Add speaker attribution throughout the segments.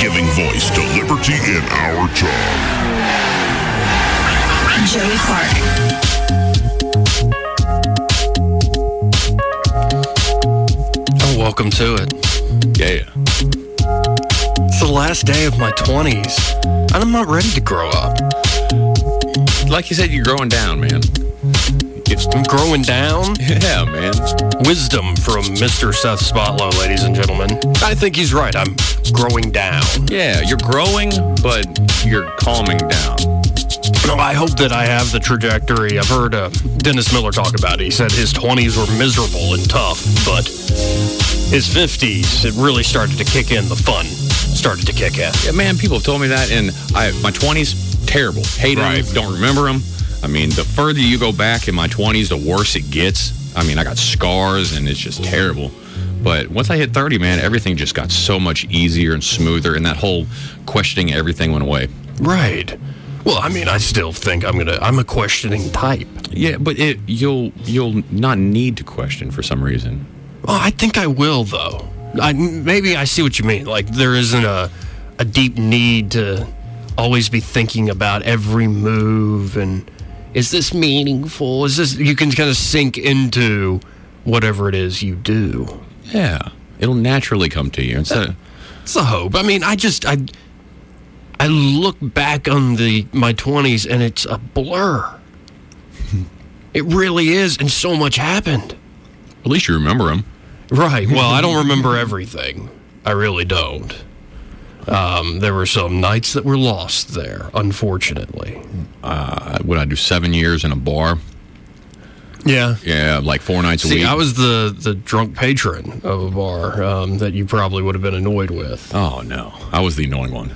Speaker 1: Giving voice to liberty in our time.
Speaker 2: Joey Clark.
Speaker 3: Oh, welcome to it.
Speaker 4: Yeah.
Speaker 3: It's the last day of my 20s, and I'm not ready to grow up.
Speaker 4: Like you said, you're growing down, man.
Speaker 3: It's, I'm growing down?
Speaker 4: Yeah, man.
Speaker 3: Wisdom from Mr. Seth Spotlow, ladies and gentlemen. I think he's right. I'm growing down.
Speaker 4: Yeah, you're growing, but you're calming down.
Speaker 3: No, I hope that I have the trajectory. I've heard uh, Dennis Miller talk about it. He said his 20s were miserable and tough, but his 50s, it really started to kick in. The fun started to kick in.
Speaker 4: Yeah, man, people have told me that, and I my 20s terrible. Hate right. them, don't remember them. I mean, the further you go back in my 20s, the worse it gets. I mean, I got scars, and it's just terrible. But once I hit 30, man, everything just got so much easier and smoother, and that whole questioning everything went away.
Speaker 3: Right. Well, I mean, I still think I'm gonna. I'm a questioning type.
Speaker 4: Yeah, but it, you'll you'll not need to question for some reason.
Speaker 3: Oh, I think I will though. I, maybe I see what you mean. Like there isn't a a deep need to always be thinking about every move and is this meaningful? Is this you can kind of sink into whatever it is you do.
Speaker 4: Yeah, it'll naturally come to you.
Speaker 3: It's a it's a hope. I mean, I just I I look back on the my 20s and it's a blur. it really is and so much happened.
Speaker 4: At least you remember them.
Speaker 3: Right. Well, I don't remember everything. I really don't. Um, there were some nights that were lost there, unfortunately.
Speaker 4: Uh, what I do seven years in a bar.
Speaker 3: Yeah.
Speaker 4: Yeah, like four nights a
Speaker 3: See,
Speaker 4: week.
Speaker 3: I was the, the drunk patron of a bar um, that you probably would have been annoyed with.
Speaker 4: Oh, no. I was the annoying one.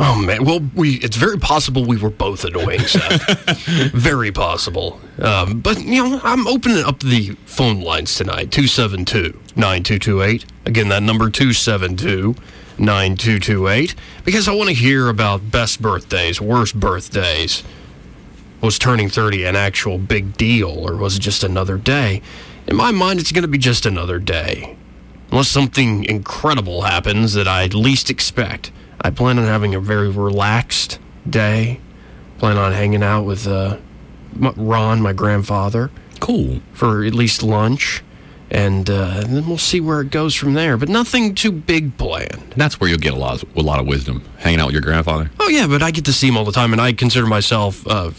Speaker 3: Oh man, well, we—it's very possible we were both annoying, Seth. very possible. Um, but you know, I'm opening up the phone lines tonight: 272-9228. Again, that number 272-9228, because I want to hear about best birthdays, worst birthdays. Was turning 30 an actual big deal, or was it just another day? In my mind, it's going to be just another day, unless something incredible happens that I least expect. I plan on having a very relaxed day. Plan on hanging out with uh, Ron, my grandfather.
Speaker 4: Cool.
Speaker 3: For at least lunch. And, uh, and, then we'll see where it goes from there. But nothing too big planned.
Speaker 4: That's where you'll get a lot, of, a lot of wisdom, hanging out with your grandfather.
Speaker 3: Oh, yeah, but I get to see him all the time, and I consider myself uh,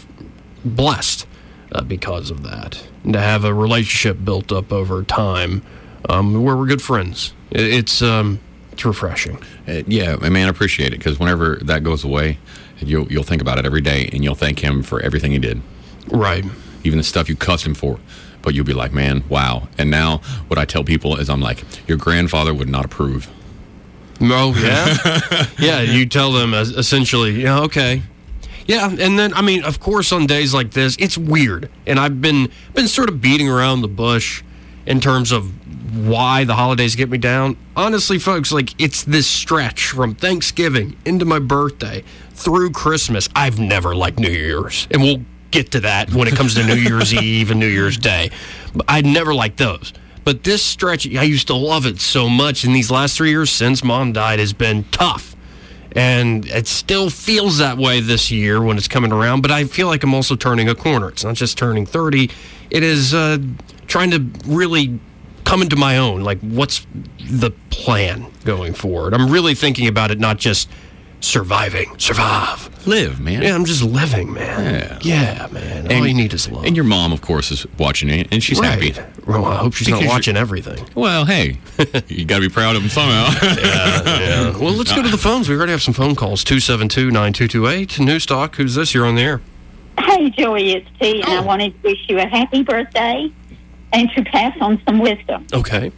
Speaker 3: blessed uh, because of that. And to have a relationship built up over time um, where we're good friends. It's. Um, it's refreshing.
Speaker 4: Uh, yeah, man, I appreciate it because whenever that goes away, you'll you'll think about it every day and you'll thank him for everything he did.
Speaker 3: Right.
Speaker 4: Even the stuff you cussed him for, but you'll be like, man, wow. And now what I tell people is, I'm like, your grandfather would not approve.
Speaker 3: No. Yeah. yeah. You tell them essentially, yeah, okay. Yeah, and then I mean, of course, on days like this, it's weird, and I've been been sort of beating around the bush in terms of why the holidays get me down. Honestly, folks, like it's this stretch from Thanksgiving into my birthday through Christmas. I've never liked New Year's, and we'll get to that when it comes to New Year's Eve and New Year's Day. But I never liked those. But this stretch, I used to love it so much. In these last three years since mom died, has been tough. And it still feels that way this year when it's coming around, but I feel like I'm also turning a corner. It's not just turning 30, it is uh, trying to really coming to my own. Like, what's the plan going forward? I'm really thinking about it, not just surviving, survive,
Speaker 4: live, man.
Speaker 3: Yeah, I'm just living, man. Yeah, yeah man. And, All you need is love.
Speaker 4: And your mom, of course, is watching it, and she's
Speaker 3: right.
Speaker 4: happy.
Speaker 3: Well, I hope she's because not watching everything.
Speaker 4: Well, hey, you got to be proud of them somehow.
Speaker 3: yeah, yeah. Well, let's go to the phones. We already have some phone calls 272 9228. New Stock, who's this? You're on the air.
Speaker 5: Hey, Joey, it's T, and oh. I wanted to wish you a happy birthday and to pass on some wisdom.
Speaker 3: Okay.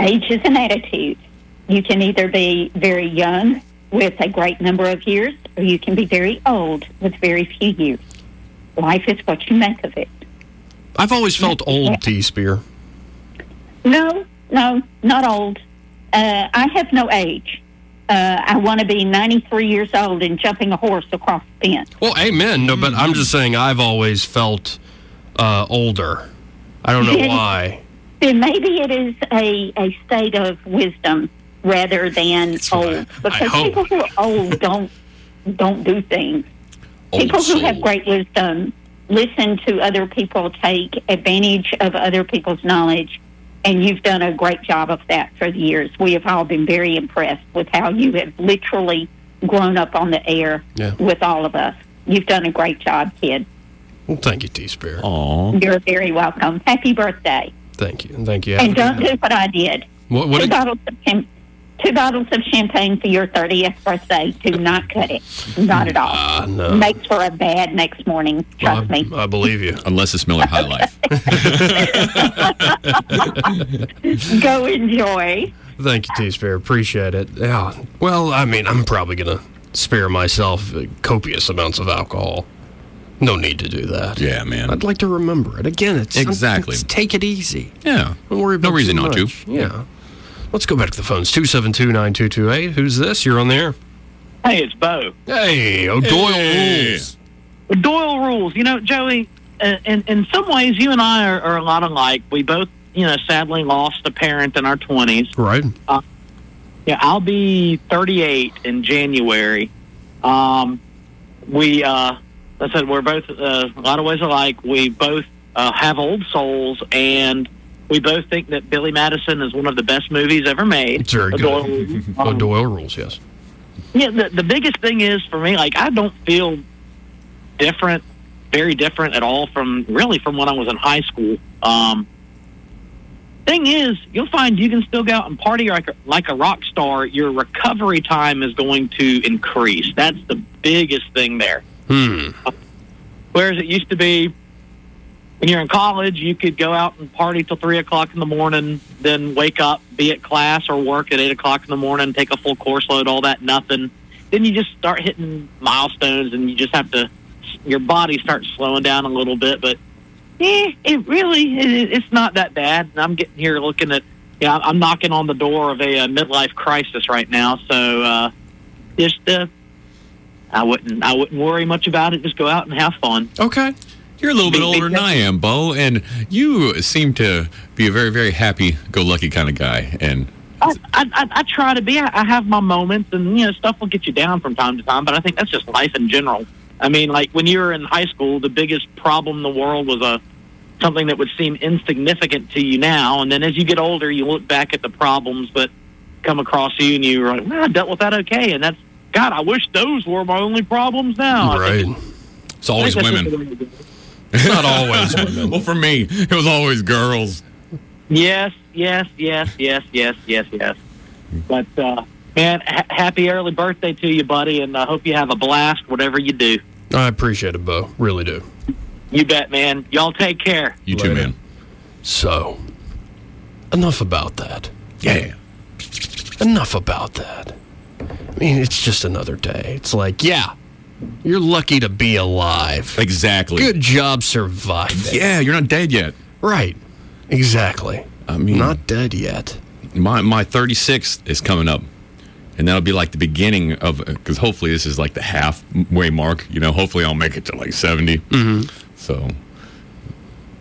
Speaker 5: Age is an attitude. You can either be very young with a great number of years, or you can be very old with very few years. Life is what you make of it.
Speaker 3: I've always felt old, T Spear.
Speaker 5: No, no, not old. Uh, I have no age. Uh, I want to be 93 years old and jumping a horse across the fence.
Speaker 3: Well, amen. No, but I'm just saying I've always felt uh, older. I don't know
Speaker 5: Yeah.
Speaker 3: why.
Speaker 5: Then maybe it is a, a state of wisdom rather than
Speaker 4: what I-
Speaker 5: old.
Speaker 4: I
Speaker 5: Because
Speaker 4: hope.
Speaker 5: people who are old don't don't do things.
Speaker 4: Old
Speaker 5: people who have
Speaker 4: soul.
Speaker 5: great wisdom listen to other people, take advantage of other people's knowledge, and you've done a great job of that for the years. We have all been very impressed with how you have literally grown up on the air
Speaker 3: Yeah.
Speaker 5: with all of us. You've done a great job, kid.
Speaker 3: Well, thank you, T Spear.
Speaker 5: You're very welcome. Happy birthday.
Speaker 3: Thank you. Thank you.
Speaker 5: And don't do what I did.
Speaker 3: What, what
Speaker 5: two,
Speaker 3: did-
Speaker 5: bottles of cham- two bottles of champagne for your 30th birthday. Do not cut it. Not at all.
Speaker 4: Ah,
Speaker 3: no.
Speaker 5: Makes for a bad next morning. Trust me.
Speaker 3: I believe you.
Speaker 4: Unless it's Miller High Life.
Speaker 5: Go enjoy.
Speaker 3: Thank you, T Spear. Appreciate it. Yeah. Well, I mean, I'm probably going to spare myself uh, copious amounts of alcohol. No need to do that.
Speaker 4: Yeah, man.
Speaker 3: I'd like to remember it. Again, it's
Speaker 4: Exactly.
Speaker 3: it's take it easy.
Speaker 4: Yeah.
Speaker 3: Don't worry about
Speaker 4: No reason
Speaker 3: too
Speaker 4: not to.
Speaker 3: much. Yeah. Let's go back to the phones. 272 9228. Who's this? You're on the air.
Speaker 6: Hey, it's Bo.
Speaker 3: Hey, O'Doyle
Speaker 4: Hey.
Speaker 3: rules.
Speaker 6: Doyle rules. You know, Joey, uh, in, in some ways, you and I are, are a lot alike. We both, you know, sadly lost a parent in our 20s.
Speaker 3: Right.
Speaker 6: Yeah, I'll be 38 in January. Um, we, uh, as I said, we're both uh, a lot of ways alike. We both uh, have old souls, and we both think that Billy Madison is one of the best movies ever made.
Speaker 3: It's very
Speaker 6: Adore-
Speaker 3: good.
Speaker 6: Um,
Speaker 3: O'Doyle rules, yes.
Speaker 6: yeah, the, the biggest thing is for me, like I don't feel different, very different at all from really from when I was in high school. Um, thing is, you'll find you can still go out and party like a, like a rock star. Your recovery time is going to increase. That's the biggest thing there.
Speaker 3: Hmm.
Speaker 6: Whereas it used to be when you're in college, you could go out and party till three o'clock in the morning, then wake up, be at class or work at eight o'clock in the morning, take a full course load, all that, nothing. Then you just start hitting milestones, and you just have to. Your body starts slowing down a little bit, but yeah, it really it, it's not that bad. And I'm getting here looking at yeah, I'm knocking on the door of a, uh midlife crisis right now, so uh, just uh, I wouldn't I wouldn't worry much about it. Just go out and have fun.
Speaker 3: Okay.
Speaker 4: You're a little bit older than I am, Bo, and you seem to be a very, very happy-go-lucky kind of guy. And
Speaker 6: I, I, I- I try to be. I, I have my moments, and you know, stuff will get you down from time to time. But I think that's just life in general. I mean, like when you were in high school, the biggest problem in the world was a something that would seem insignificant to you now. And then as you get older, you look back at the problems that come across you, and you're like, "Well, I dealt with that okay." And that's God. I wish those were my only problems now. Oh, I
Speaker 3: Right.
Speaker 6: think-
Speaker 4: it's always
Speaker 6: I think that's
Speaker 4: women.
Speaker 6: just the way it is.
Speaker 3: It's not always women.
Speaker 4: well, for me, it was always girls.
Speaker 6: Yes, yes, yes, yes, yes, yes, yes. But uh, man, ha- happy early birthday to you, buddy, and I hope you have a blast, whatever you do.
Speaker 3: I appreciate it, Bo. Really do.
Speaker 6: You bet, man. Y'all take care.
Speaker 4: You too,
Speaker 3: Later.
Speaker 4: man.
Speaker 3: So, enough about that.
Speaker 4: Yeah.
Speaker 3: Enough about that. I mean, it's just another day. It's like, yeah, you're lucky to be alive.
Speaker 4: Exactly.
Speaker 3: Good job surviving.
Speaker 4: Yeah, you're not dead yet.
Speaker 3: Right. Exactly.
Speaker 4: I mean,
Speaker 3: Not dead yet.
Speaker 4: my my 36th is coming up and that'll be like the beginning of because hopefully this is like the halfway mark you know hopefully i'll make it to like 70
Speaker 3: Mm-hmm.
Speaker 4: so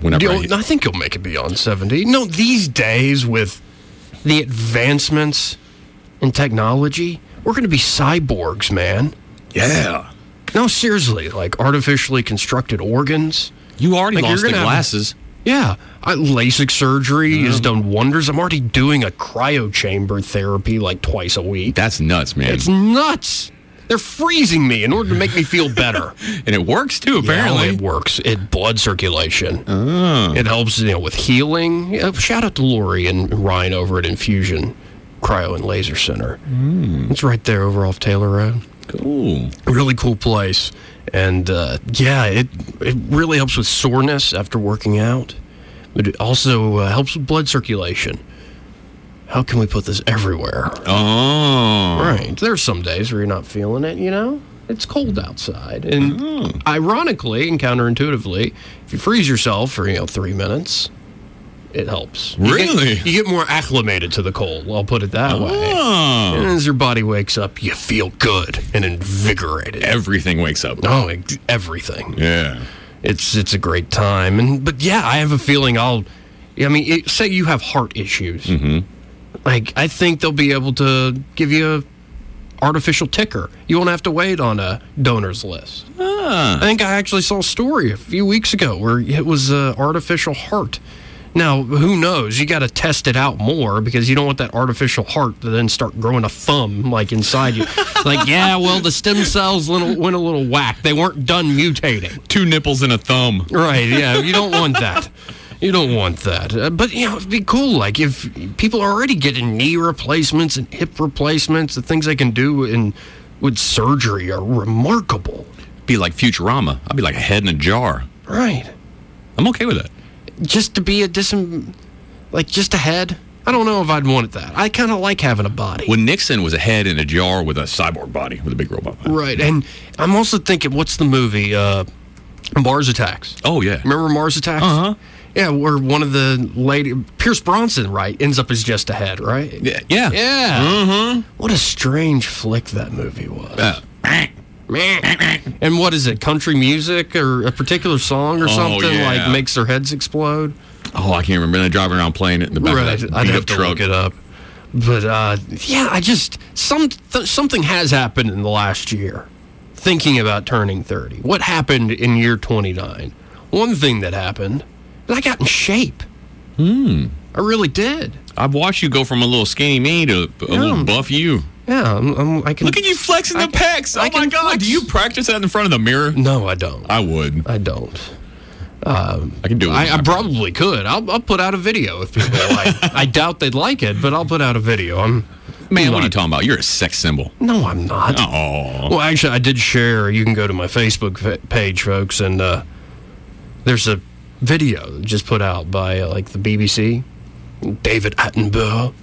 Speaker 4: whenever I
Speaker 3: You'll-
Speaker 4: hit,
Speaker 3: I think you'll make it beyond 70. No, these days with the advancements in technology, we're going to be cyborgs, man.
Speaker 4: yeah
Speaker 3: No, seriously, like artificially constructed organs.
Speaker 4: you already
Speaker 3: Like, you're
Speaker 4: lost the
Speaker 3: gonna have-
Speaker 4: glasses
Speaker 3: Yeah, I, LASIK surgery has done wonders. I'm already doing a cryo chamber therapy like twice a week.
Speaker 4: that's nuts man
Speaker 3: It's nuts. They're freezing me in order to make me feel better.
Speaker 4: and it works too apparently
Speaker 3: Yeah, it works. It blood circulation. It helps you know with healing. Yeah, shout out to Lori and Ryan over at Infusion Cryo and Laser Center. It's right there over off Taylor Road
Speaker 4: cool
Speaker 3: really cool place and uh, yeah it it really helps with soreness after working out but it also uh, helps with blood circulation how can we put this everywhere?
Speaker 4: Oh.
Speaker 3: Right. There's some days where you're not feeling it, you know? It's cold outside. And
Speaker 4: Mm-hmm.
Speaker 3: ironically and counterintuitively, if you freeze yourself for, you know, three minutes, it helps. You get-
Speaker 4: Really?
Speaker 3: You get, more acclimated to the cold, I'll put it that way.
Speaker 4: Oh.
Speaker 3: And as your body wakes up, you feel good and invigorated.
Speaker 4: Everything wakes up.
Speaker 3: oh, ex- everything
Speaker 4: Yeah.
Speaker 3: it's it's a great time and but yeah i have a feeling i'll i mean it, say you have heart issues like i think they'll be able to give you a artificial ticker you won't have to wait on a donor's list i think i actually saw a story a few weeks ago where it was an artificial heart now who knows you got to test it out more because you don't want that artificial heart to then start growing a thumb like inside you like yeah well the stem cells little- went a little whack they weren't done mutating
Speaker 4: Two nipples and a thumb.
Speaker 3: Right. Yeah. You don't want that. You don't want that. Uh, but, you know, it'd be cool. Like, if people are already getting knee replacements and hip replacements, the things they can do in with surgery are remarkable.
Speaker 4: Be like Futurama. I'd be like a head in a jar.
Speaker 3: Right.
Speaker 4: I'm okay with that.
Speaker 3: Just to be a disem, like, just a head. I don't know if I'd want it that. I kind of like having a body.
Speaker 4: When Nixon was a head in a jar with a cyborg body, with a big robot. body.
Speaker 3: right. And I'm also thinking, what's the movie? Uh, Mars Attacks.
Speaker 4: Oh, yeah.
Speaker 3: Remember Mars Attacks?
Speaker 4: Uh-huh.
Speaker 3: Yeah, where one of the lady Pierce Bronson, right, ends up as just a head, right?
Speaker 4: Yeah. Yeah.
Speaker 3: Yeah. Mm-hmm. What a strange flick that movie was.
Speaker 4: Uh,
Speaker 3: and what is it? Country music or a particular song or
Speaker 4: Oh,
Speaker 3: something
Speaker 4: yeah.
Speaker 3: like makes their heads explode?
Speaker 4: oh, I can't remember. They're driving around playing it in the back of that
Speaker 3: I'd
Speaker 4: beat
Speaker 3: have
Speaker 4: up
Speaker 3: to
Speaker 4: truck.
Speaker 3: look it up. But uh, yeah, I just some th- something has happened in the last year. Thinking about turning thirty, what happened in year twenty nine? One thing that happened is I got in shape. Hmm. I really did.
Speaker 4: I've watched you go from a little skinny me to a little buff you.
Speaker 3: Yeah, I'm, I'm, I can.
Speaker 4: Look at you flexing the
Speaker 3: I-
Speaker 4: pecs. Oh
Speaker 3: I
Speaker 4: my
Speaker 3: can
Speaker 4: God.
Speaker 3: flex.
Speaker 4: Do you practice that in front of the mirror?
Speaker 3: No, I don't.
Speaker 4: I would.
Speaker 3: I don't.
Speaker 4: I can do it.
Speaker 3: I, I probably could. I'll, I'll put out a video if people like. I doubt they'd like it, but I'll put out a video. I'm
Speaker 4: Man, what are you
Speaker 3: Like-
Speaker 4: talking about? You're a sex symbol.
Speaker 3: no, I'm not.
Speaker 4: Oh.
Speaker 3: Well, actually, I did share. You can go to my Facebook fa- page, folks, and uh, there's a video just put out by uh, like the BBC, David Attenborough,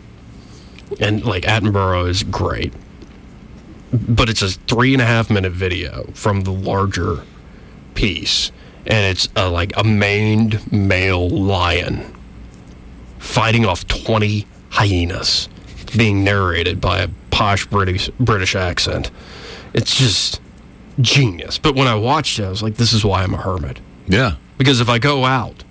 Speaker 3: and like Attenborough is great, but it's a three and a half minute video from the larger piece, and it's uh, like a maned male lion fighting off twenty hyenas, being narrated by a posh British British accent it's just genius. But when I watched it, I was like, this is why I'm a hermit.
Speaker 4: Yeah.
Speaker 3: Because if I go out,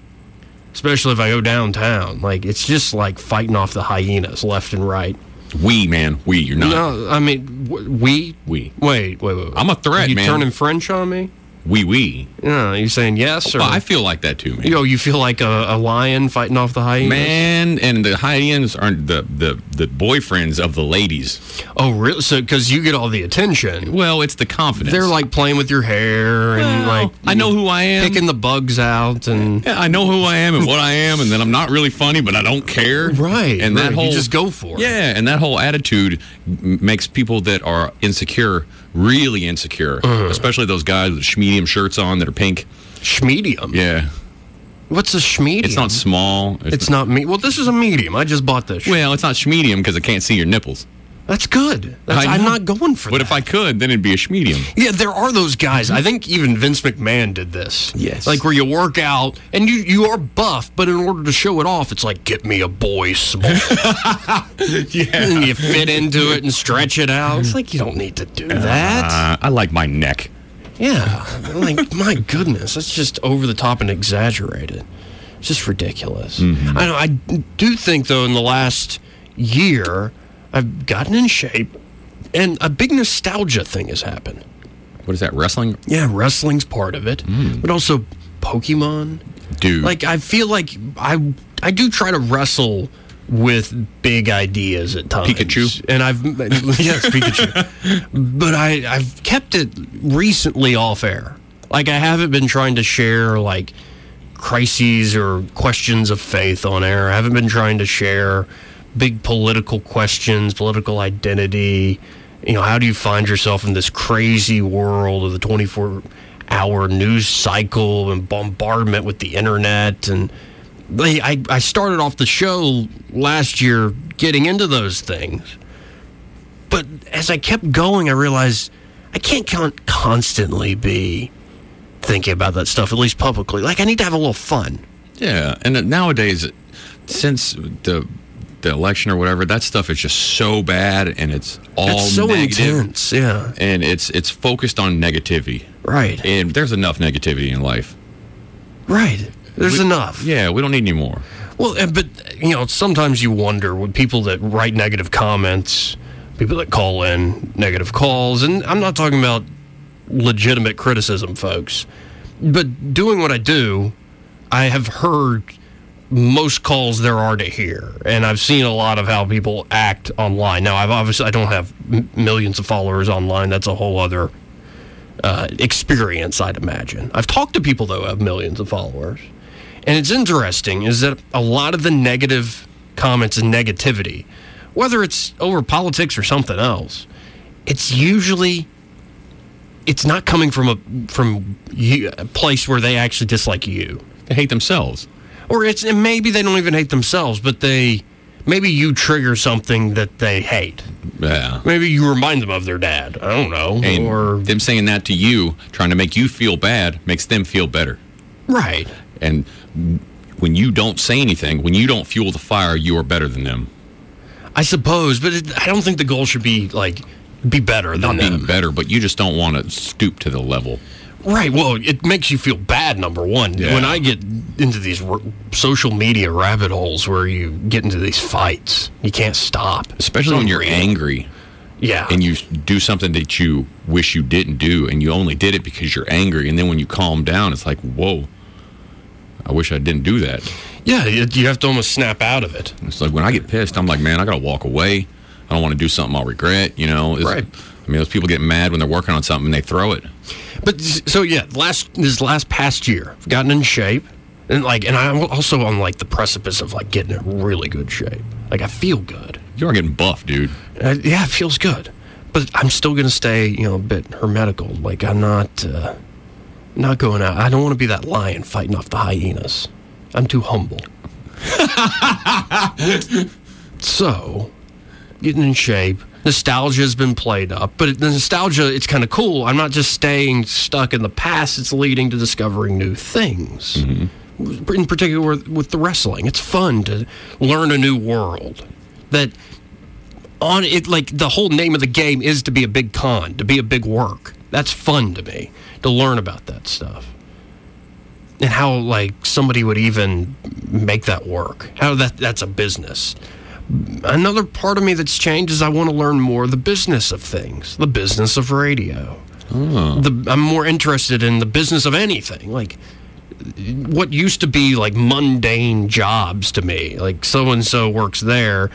Speaker 3: especially if I go downtown, like it's just like fighting off the hyenas left and right.
Speaker 4: We, man. We. You're not.
Speaker 3: No, I mean, w- we.
Speaker 4: We.
Speaker 3: Wait, wait, wait, wait.
Speaker 4: I'm a threat,
Speaker 3: you
Speaker 4: man.
Speaker 3: turning French on me?
Speaker 4: We, we.
Speaker 3: No, you saying yes or?
Speaker 4: Well, I feel like that too, man.
Speaker 3: you know, you feel like a, a lion fighting off the hyenas.
Speaker 4: man, and the hyenas aren't the, the, the boyfriends of the ladies.
Speaker 3: Oh, really? So, because you get all the attention,
Speaker 4: Well, it's the confidence.
Speaker 3: they're like playing with your hair and
Speaker 4: Well,
Speaker 3: like
Speaker 4: I know who I am.
Speaker 3: picking the bugs out and
Speaker 4: Yeah, I know who I am and what I am, and that I'm not really funny, but I don't care.
Speaker 3: Right,
Speaker 4: And that
Speaker 3: right. You
Speaker 4: whole
Speaker 3: just go for it.
Speaker 4: Yeah, and that whole attitude m- makes people that are insecure really insecure,
Speaker 3: Uh.
Speaker 4: especially those guys with medium shirts on that are pink.
Speaker 3: schmedium.
Speaker 4: Yeah,
Speaker 3: What's a schmedium?
Speaker 4: it's not small.
Speaker 3: It's not me. Well, this is a medium. I just bought this.
Speaker 4: Well, it's not schmedium because I can't see your nipples.
Speaker 3: that's good. That's,
Speaker 4: I
Speaker 3: I'm
Speaker 4: know.
Speaker 3: not going for
Speaker 4: But
Speaker 3: that.
Speaker 4: if I could, then it'd be a schmedium.
Speaker 3: yeah, there are those guys. I think even Vince McMahon did this.
Speaker 4: Yes.
Speaker 3: like where you work out and you you are buff, but in order to show it off, it's like get me a boy small.
Speaker 4: yeah.
Speaker 3: and you fit into it and stretch it out. It's like you don't need to do that.
Speaker 4: Uh, I like my neck.
Speaker 3: Yeah, like my goodness, that's just over the top and exaggerated. It's just ridiculous. I know. I do think though, in the last year, I've gotten in shape, and a big nostalgia thing has happened.
Speaker 4: What is that, wrestling?
Speaker 3: Yeah, wrestling's part of it, but also Pokemon.
Speaker 4: Dude.
Speaker 3: Like I feel like I I do try to wrestle with big ideas at times.
Speaker 4: Pikachu?
Speaker 3: and I've yes Pikachu, but I I've kept it recently off air. Like I haven't been trying to share like crises or questions of faith on air. I haven't been trying to share big political questions, political identity. You know, how do you find yourself in this crazy world of the 24 hour news cycle and bombardment with the internet? And they, I, I started off the show last year getting into those things. But as I kept going, I realized I can't con- constantly be thinking about that stuff, at least publicly. Like, I need to have a little fun.
Speaker 4: Yeah, and nowadays, since the the election or whatever, that stuff is just so bad, and it's all
Speaker 3: it's so
Speaker 4: negative,
Speaker 3: intense. Yeah.
Speaker 4: and it's it's focused on negativity.
Speaker 3: Right.
Speaker 4: And there's enough negativity in life.
Speaker 3: Right. There's
Speaker 4: We-
Speaker 3: enough.
Speaker 4: Yeah, we don't need any more.
Speaker 3: Well, and- but you know, sometimes you wonder with people that write negative comments, people that call in negative calls, and I'm not talking about legitimate criticism, folks. But doing what I do, I have heard most calls there are to hear, and I've seen a lot of how people act online. Now, I've obviously I don't have m- millions of followers online. That's a whole other uh, experience, I'd imagine. I've talked to people though who have millions of followers, and it's interesting is that a lot of the negative comments and negativity, whether it's over politics or something else, it's usually it's not coming from a from you, a place where they actually dislike you,
Speaker 4: They hate themselves.
Speaker 3: or it's and maybe they don't even hate themselves, but they maybe you trigger something that they hate.
Speaker 4: Yeah.
Speaker 3: Maybe you remind them of their dad. I don't know,
Speaker 4: And
Speaker 3: or
Speaker 4: them saying that to you, trying to make you feel bad, makes them feel better.
Speaker 3: right.
Speaker 4: And when you don't say anything, when you don't fuel the fire, you are better than them.
Speaker 3: I suppose, but it, I don't think the goal should be like be better than
Speaker 4: Not being
Speaker 3: them.
Speaker 4: better, but you just don't want to stoop to the level.
Speaker 3: Right. Well, it makes you feel bad. Number one,
Speaker 4: Yeah.
Speaker 3: when I get into these r- social media rabbit holes where you get into these fights, you can't stop.
Speaker 4: Especially when you're
Speaker 3: Unreal.
Speaker 4: angry
Speaker 3: Yeah.
Speaker 4: and you do something that you wish you didn't do and you only did it because you're angry. And then when you calm down, it's like, whoa, I wish I didn't do that.
Speaker 3: yeah. You, you have to almost snap out of it.
Speaker 4: It's like when I get pissed, I'm like, man, I gotta walk away. I don't want to do something I'll regret. You know, It's-
Speaker 3: Right.
Speaker 4: I mean, those people get mad when they're working on something and they throw it.
Speaker 3: But s- so yeah, last this last past year, I've gotten in shape, and like, and I'm also on like the precipice of like getting in really good shape. Like I feel good.
Speaker 4: You are getting buff, dude.
Speaker 3: Uh, yeah, it feels good, but I'm still gonna stay, you know, a bit hermetical. Like I'm not, uh, not going out. I don't want to be that lion fighting off the hyenas. I'm too humble. so, getting in shape. Nostalgia's been played up, but it, the nostalgia, it's kind of cool. I'm not just staying stuck in the past. It's leading to discovering new things. In particular, with, with the wrestling, it's fun to learn a new world that on it like the whole name of the game is to be a big con to be a big work that's fun to me to learn about that stuff and how like somebody would even make that work how that that's a business another part of me that's changed is i want to learn more the business of things the business of radio the, i'm more interested in the business of anything like what used to be like mundane jobs to me, like so and so works there.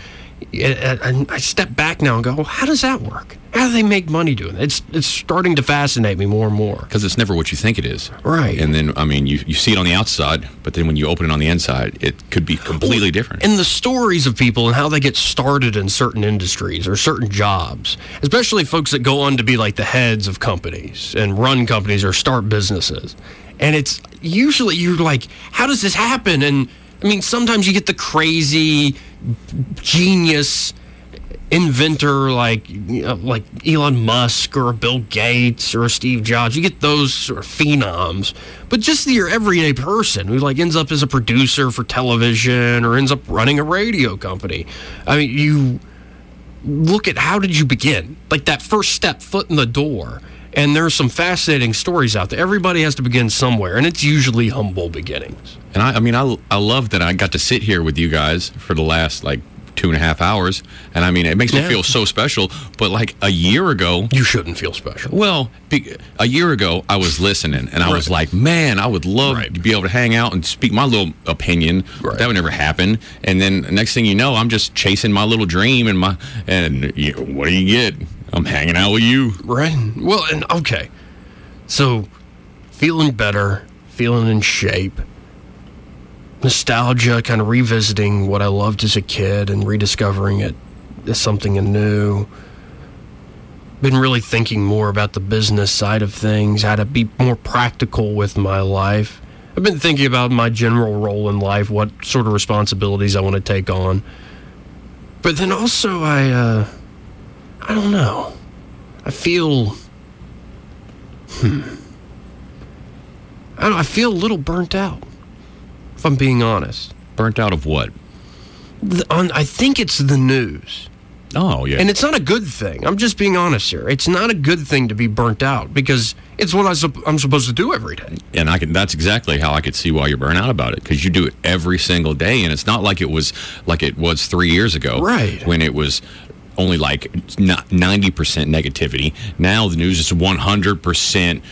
Speaker 3: I, I- I step back now and go, well, how does that work? How do they make money doing that? It's it's starting to fascinate me more and more.
Speaker 4: Because it's never what you think it is.
Speaker 3: Right.
Speaker 4: And then, I mean, you, you see it on the outside, but then when you open it on the inside, it could be completely different.
Speaker 3: And the stories of people and how they get started in certain industries or certain jobs, especially folks that go on to be like the heads of companies and run companies or start businesses. And it's usually you're like, how does this happen? And I mean, sometimes you get the crazy genius inventor like you know, like Elon Musk or Bill Gates or Steve Jobs. You get those sort of phenoms, but just your everyday person who like ends up as a producer for television or ends up running a radio company. I mean, you look at how did you begin? Like that first step, foot in the door. And there's some fascinating stories out there. Everybody has to begin somewhere, and it's usually humble beginnings.
Speaker 4: And I, I mean, I, I love that I got to sit here with you guys for the last like two and a half hours. And I mean, it makes me
Speaker 3: Yeah.
Speaker 4: feel so special. But like a year ago,
Speaker 3: You shouldn't feel special.
Speaker 4: Well, be- a year ago, I was listening and I was
Speaker 3: Right.
Speaker 4: like, man, I would love
Speaker 3: Right.
Speaker 4: to be able to hang out and speak my little opinion.
Speaker 3: Right.
Speaker 4: That would never happen. And then next thing you know, I'm just chasing my little dream and my, and you, what do you get? I'm hanging out with you.
Speaker 3: Right. Well, and okay. So, feeling better, feeling in shape, nostalgia, kind of revisiting what I loved as a kid and rediscovering it as something new. Been really thinking more about the business side of things, how to be more practical with my life. I've been thinking about my general role in life, what sort of responsibilities I want to take on. But then also, I, uh, I don't know. I feel, hmm. I don't. I feel a little burnt out. If I'm being honest,
Speaker 4: Burnt out of what?
Speaker 3: the, on, I think it's the news.
Speaker 4: Oh yeah.
Speaker 3: And it's not a good thing. I'm just being honest here. It's not a good thing to be burnt out because it's what I sup- I'm supposed to do every day.
Speaker 4: and I can that's exactly how I could see why you're burnt out about it because you do it every single day and it's not like it was like it was three years ago
Speaker 3: Right.
Speaker 4: when it was only like ninety percent negativity now the news is one hundred percent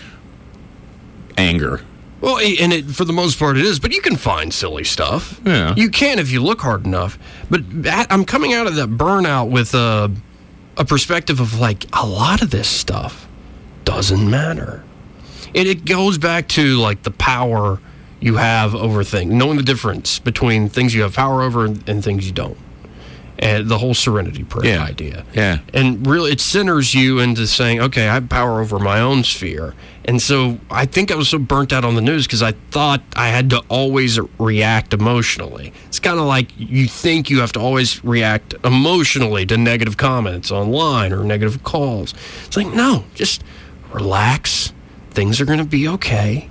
Speaker 4: anger
Speaker 3: Well, a- and it, for the most part, it is. But you can find silly stuff.
Speaker 4: Yeah.
Speaker 3: you can if you look hard enough. But that, I'm coming out of that burnout with a, a perspective of like a lot of this stuff doesn't matter. It, it goes back to like the power you have over things, knowing the difference between things you have power over and, and things you don't. And the whole serenity prayer
Speaker 4: Yeah.
Speaker 3: idea.
Speaker 4: Yeah.
Speaker 3: And really, it centers you into saying, okay, I have power over my own sphere. And so I think I was so burnt out on the news because I thought I had to always react emotionally. It's kind of like you think you have to always react emotionally to negative comments online or negative calls. It's like, no, just relax. Things are going to be okay.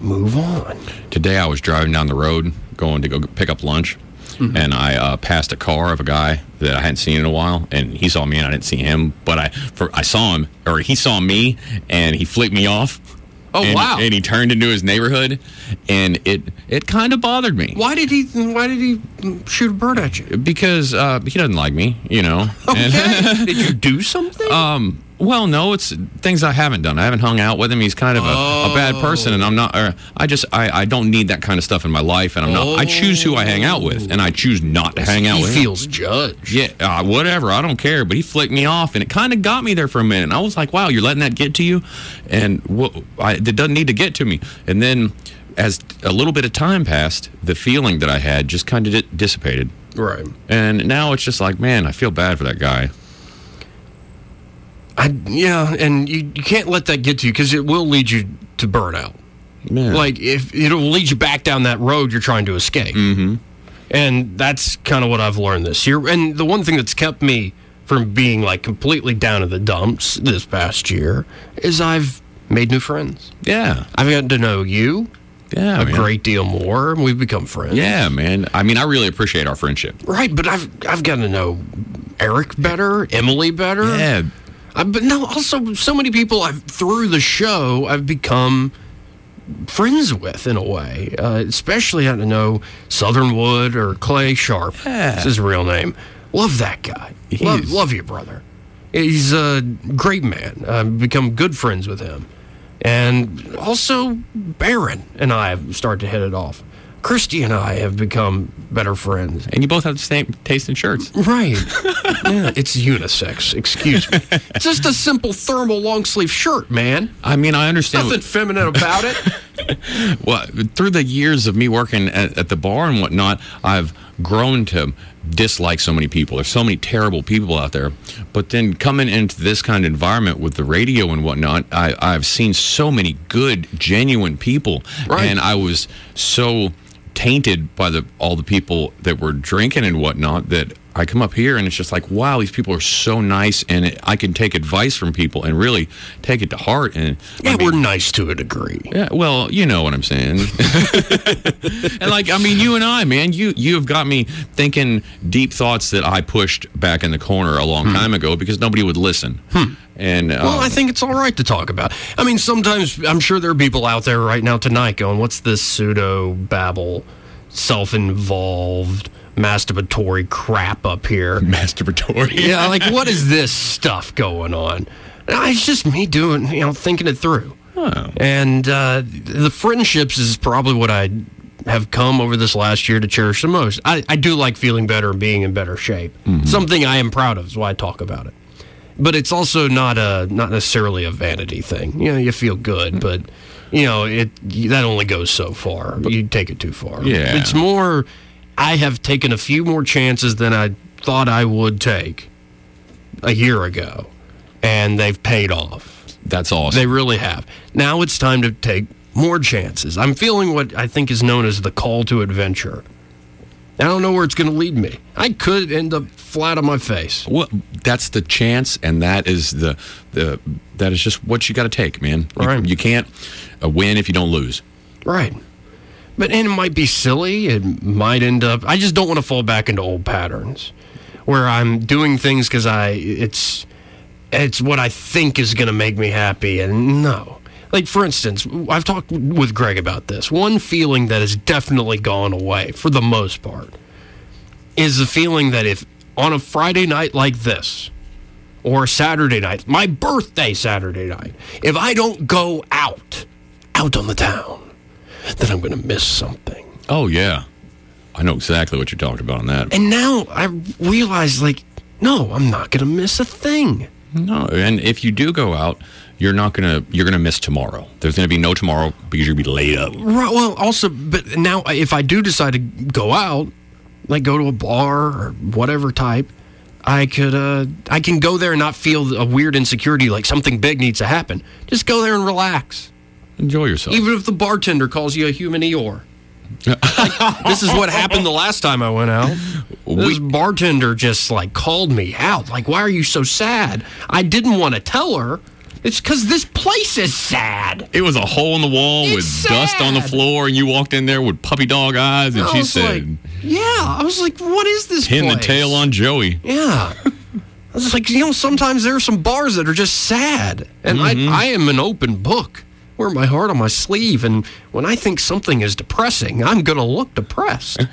Speaker 3: Move on.
Speaker 4: today I was driving down the road going to go g- pick up lunch,
Speaker 3: Mm-hmm.
Speaker 4: and I uh, passed a car of a guy that I hadn't seen in a while, and he saw me and I didn't see him, but I for, I saw him or he saw me and he flicked me off.
Speaker 3: Oh,
Speaker 4: and,
Speaker 3: wow.
Speaker 4: And he turned into his neighborhood, and it it kind of bothered me
Speaker 3: Why did he? Why did he shoot a bird at you?
Speaker 4: because uh, he doesn't like me, you know. And-
Speaker 3: Okay. Uh, did you do something?
Speaker 4: Well, no, it's things I haven't done. I haven't hung out with him. He's kind of a, a bad person, and I'm not. Or I just I, I don't need that kind of stuff in my life, and I'm not. I choose who I hang out with, and I choose not to hang out
Speaker 3: he
Speaker 4: with. him.
Speaker 3: feels judged.
Speaker 4: Yeah, uh, whatever. I don't care. But he flicked me off, and it kind of got me there for a minute. And I was like, "Wow, you're letting that get to you," and wha- I, it doesn't need to get to me. And then, as a little bit of time passed, the feeling that I had just kind of di- dissipated.
Speaker 3: Right.
Speaker 4: And now it's just like, man, I feel bad for that guy.
Speaker 3: I yeah, and you, you can't let that get to you because it will lead you to burnout.
Speaker 4: Man.
Speaker 3: Like if it'll lead you back down that road you're trying to escape. Mm-hmm. And that's kind of what I've learned this year. And the one thing that's kept me from being like completely down in the dumps this past year is I've made new friends.
Speaker 4: yeah,
Speaker 3: I've gotten to know you
Speaker 4: Oh, yeah,
Speaker 3: a
Speaker 4: man.
Speaker 3: great deal more, and we've become friends.
Speaker 4: Yeah, man. I mean, I really appreciate our friendship.
Speaker 3: Right, but I've I've gotten to know Eric better, Emily better.
Speaker 4: Yeah.
Speaker 3: I, Uh, but no, also so many people I've through the show I've become friends with in a way. Uh, especially I don't know Southern Wood or Clay Sharp. That's his real name. Love that guy. Love,
Speaker 4: He's-
Speaker 3: love you, brother. He's a great man. I've become good friends with him. And also Baron and I have started to hit it off. Christy and I have become better friends.
Speaker 4: And you both have the same taste in shirts.
Speaker 3: Right. yeah, it's unisex. Excuse me. It's just a simple thermal long sleeve shirt, man.
Speaker 4: I mean, I understand.
Speaker 3: Nothing feminine about it.
Speaker 4: Well, through the years of me working at, at the bar and whatnot, I've grown to dislike so many people. There's so many terrible people out there. But then coming into this kind of environment with the radio and whatnot, I, I've seen so many good, genuine people.
Speaker 3: Right.
Speaker 4: And I was so tainted by the all the people that were drinking and whatnot that I come up here and it's just like, wow, these people are so nice, and it, I can take advice from people and really take it to heart. And I
Speaker 3: Yeah,
Speaker 4: mean-
Speaker 3: we're nice to a degree.
Speaker 4: yeah, well, you know what I'm saying. and like, I mean, you and I, man, you you have got me thinking deep thoughts that I pushed back in the corner a long time ago because nobody would listen. And uh,
Speaker 3: Hmm. Well, I think it's all right to talk about. I mean, sometimes I'm sure there are people out there right now tonight going, "What's this pseudo babble, self-involved, masturbatory crap up here?"
Speaker 4: masturbatory.
Speaker 3: yeah, like what is this stuff going on? Nah, It's just me doing, you know, thinking it through. And uh, the friendships is probably what I have come over this last year to cherish the most. I, I do like feeling better and being in better shape. Something I am proud of is why I talk about it. But it's also not a not necessarily a vanity thing. You know, you feel
Speaker 4: Mm-hmm.
Speaker 3: good, but you know it that only goes so far. you take it too far.
Speaker 4: Yeah.
Speaker 3: it's more. I have taken a few more chances than I thought I would take a year ago, and they've paid off.
Speaker 4: That's awesome.
Speaker 3: They really have. Now it's time to take more chances. I'm feeling what I think is known as the call to adventure. I don't know where it's going to lead me. I could end up flat on my face.
Speaker 4: Well, that's the chance, and that is the the that is just what you got to take, man. You,
Speaker 3: Right.
Speaker 4: you can't uh, win if you don't lose.
Speaker 3: Right. But and it might be silly. It might end up. I just don't want to fall back into old patterns where I'm doing things because I it's it's what I think is going to make me happy. And no, like for instance, I've talked with Greg about this. One feeling that has definitely gone away for the most part is the feeling that if on a Friday night like this or Saturday night, my birthday Saturday night, if I don't go out out on the town that I'm going to miss something.
Speaker 4: Oh yeah, I know exactly what you're talking about on that.
Speaker 3: And now I realize, like, no, I'm not going to miss a thing.
Speaker 4: No, and if you do go out, you're not gonna you're gonna miss tomorrow. There's gonna be no tomorrow because you're gonna be laid up.
Speaker 3: Right. Well, also, but now I- if I do decide to go out, like go to a bar or whatever type, I could, uh, I can go there and not feel a weird insecurity like something big needs to happen. Just go there and relax.
Speaker 4: Enjoy yourself.
Speaker 3: Even if the bartender calls you a human Eeyore. Like, this is what happened the last time I went out. This bartender just like called me out. Like, why are you so sad? I didn't want to tell her. It's because this place is sad.
Speaker 4: It was a hole in the wall
Speaker 3: It's
Speaker 4: with dust on the
Speaker 3: sad.
Speaker 4: floor, and you walked in there with puppy dog eyes, and
Speaker 3: I
Speaker 4: she
Speaker 3: was
Speaker 4: said,
Speaker 3: like, "Yeah." I was like, "What is this?"
Speaker 4: "Hitting the
Speaker 3: place?"
Speaker 4: tail on Joey."
Speaker 3: Yeah. I was like, you know, sometimes there are some bars that are just sad. And
Speaker 4: Mm-hmm.
Speaker 3: I, I am an open book. Wear my heart on my sleeve. And when I think something is depressing, I'm going to look depressed.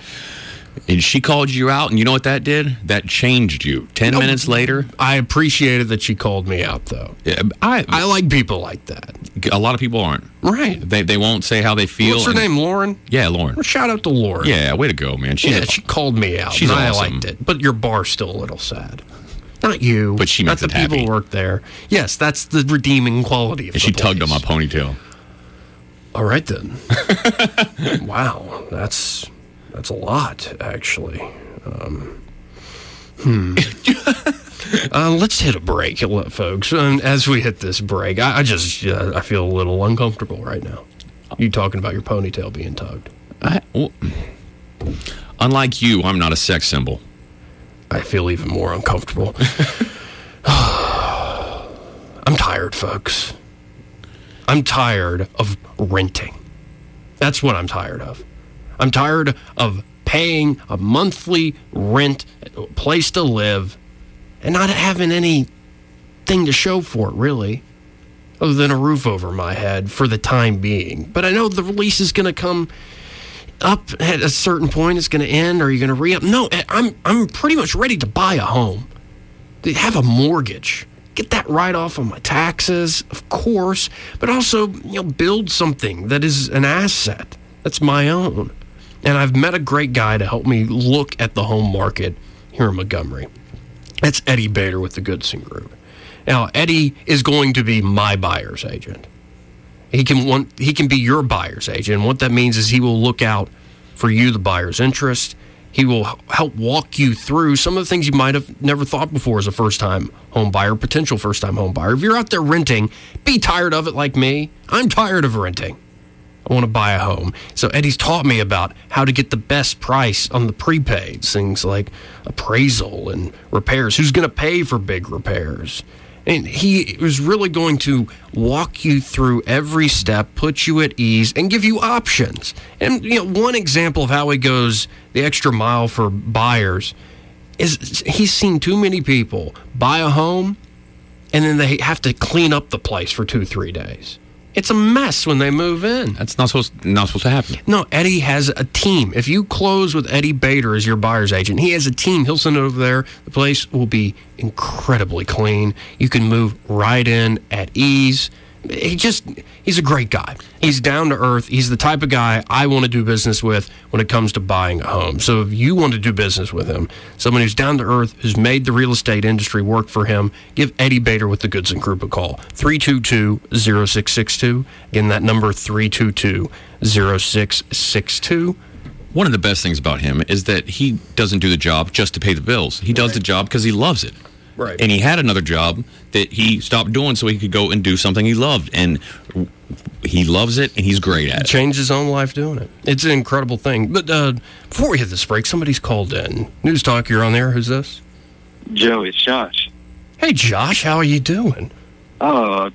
Speaker 4: And she called you out, and you know what that did? That changed you. Ten minutes later,
Speaker 3: I appreciated that she called me out, though.
Speaker 4: yeah, I,
Speaker 3: I like people like that.
Speaker 4: a lot of people aren't.
Speaker 3: Right.
Speaker 4: They they won't say how they feel.
Speaker 3: What's her
Speaker 4: and-
Speaker 3: name, Lauren?
Speaker 4: Yeah, Lauren.
Speaker 3: Well, shout out to Lauren.
Speaker 4: Yeah, way to go, man. She's
Speaker 3: Yeah,
Speaker 4: a-
Speaker 3: she called me out.
Speaker 4: she's
Speaker 3: and I
Speaker 4: awesome.
Speaker 3: liked it. But your bar's still a little sad. Not you.
Speaker 4: But she makes
Speaker 3: Not
Speaker 4: it
Speaker 3: the people
Speaker 4: happy.
Speaker 3: who work there. Yes, that's the redeeming quality of
Speaker 4: and
Speaker 3: the
Speaker 4: she tugged on
Speaker 3: place.
Speaker 4: my ponytail.
Speaker 3: All right then. wow, that's that's a lot, actually. Um, hmm. uh, let's hit a break, uh, folks. Um, as we hit this break, I, I just uh, I feel a little uncomfortable right now. You talking about your ponytail being tugged?
Speaker 4: I, well, unlike you, I'm not a sex symbol.
Speaker 3: I feel even more uncomfortable. I'm tired, folks. I'm tired of renting. That's what I'm tired of. I'm tired of paying a monthly rent, a place to live, and not having anything to show for it, really, other than a roof over my head for the time being. But I know the release is going to come up at a certain point it's going to end or you're going to re-up no eh, i'm i'm pretty much ready to buy a home they have a mortgage get that right off on my taxes of course but also you know build something that is an asset that's my own and i've met a great guy to help me look at the home market here in montgomery that's eddie bader with the goodson group now eddie is going to be my buyer's agent he can want he can be your buyer's agent. And what that means is he will look out for you, the buyer's interest. He will h- help walk you through some of the things you might have never thought before as a first time home buyer, potential first time home buyer. If you're out there renting, be tired of it like me. I'm tired of renting. I want to buy a home. So Eddie's taught me about how to get the best price on the prepaid things like appraisal and repairs. Who's going to pay for big repairs? And he was really going to walk you through every step, put you at ease, and give you options. And you know, one example of how he goes the extra mile for buyers is he's seen too many people buy a home and then they have to clean up the place for two, three days. It's a mess when they move in.
Speaker 4: That's not supposed not supposed to happen.
Speaker 3: No, Eddie has a team. If you close with Eddie Bader as your buyer's agent, he has a team. He'll send it over there. The place will be incredibly clean. You can move right in at ease. He just he's a great guy. He's down to earth. He's the type of guy I want to do business with when it comes to buying a home. So if you want to do business with him, someone who's down to earth, who's made the real estate industry work for him, give Eddie Bader with the Goodson Group a call. 322-0662. Again, that number 322-0662.
Speaker 4: One of the best things about him is that he doesn't do the job just to pay the bills. He does the job because he loves it.
Speaker 3: Right.
Speaker 4: And he had another job that he stopped doing so he could go and do something he loved. And he loves it and he's great at it.
Speaker 3: Changed his own life doing it. It's an incredible thing. But uh, before we hit this break, somebody's called in. News Talk, you're on there. Who's this?
Speaker 7: Joe, it's Josh.
Speaker 3: Hey, Josh, how are you doing?
Speaker 7: Oh,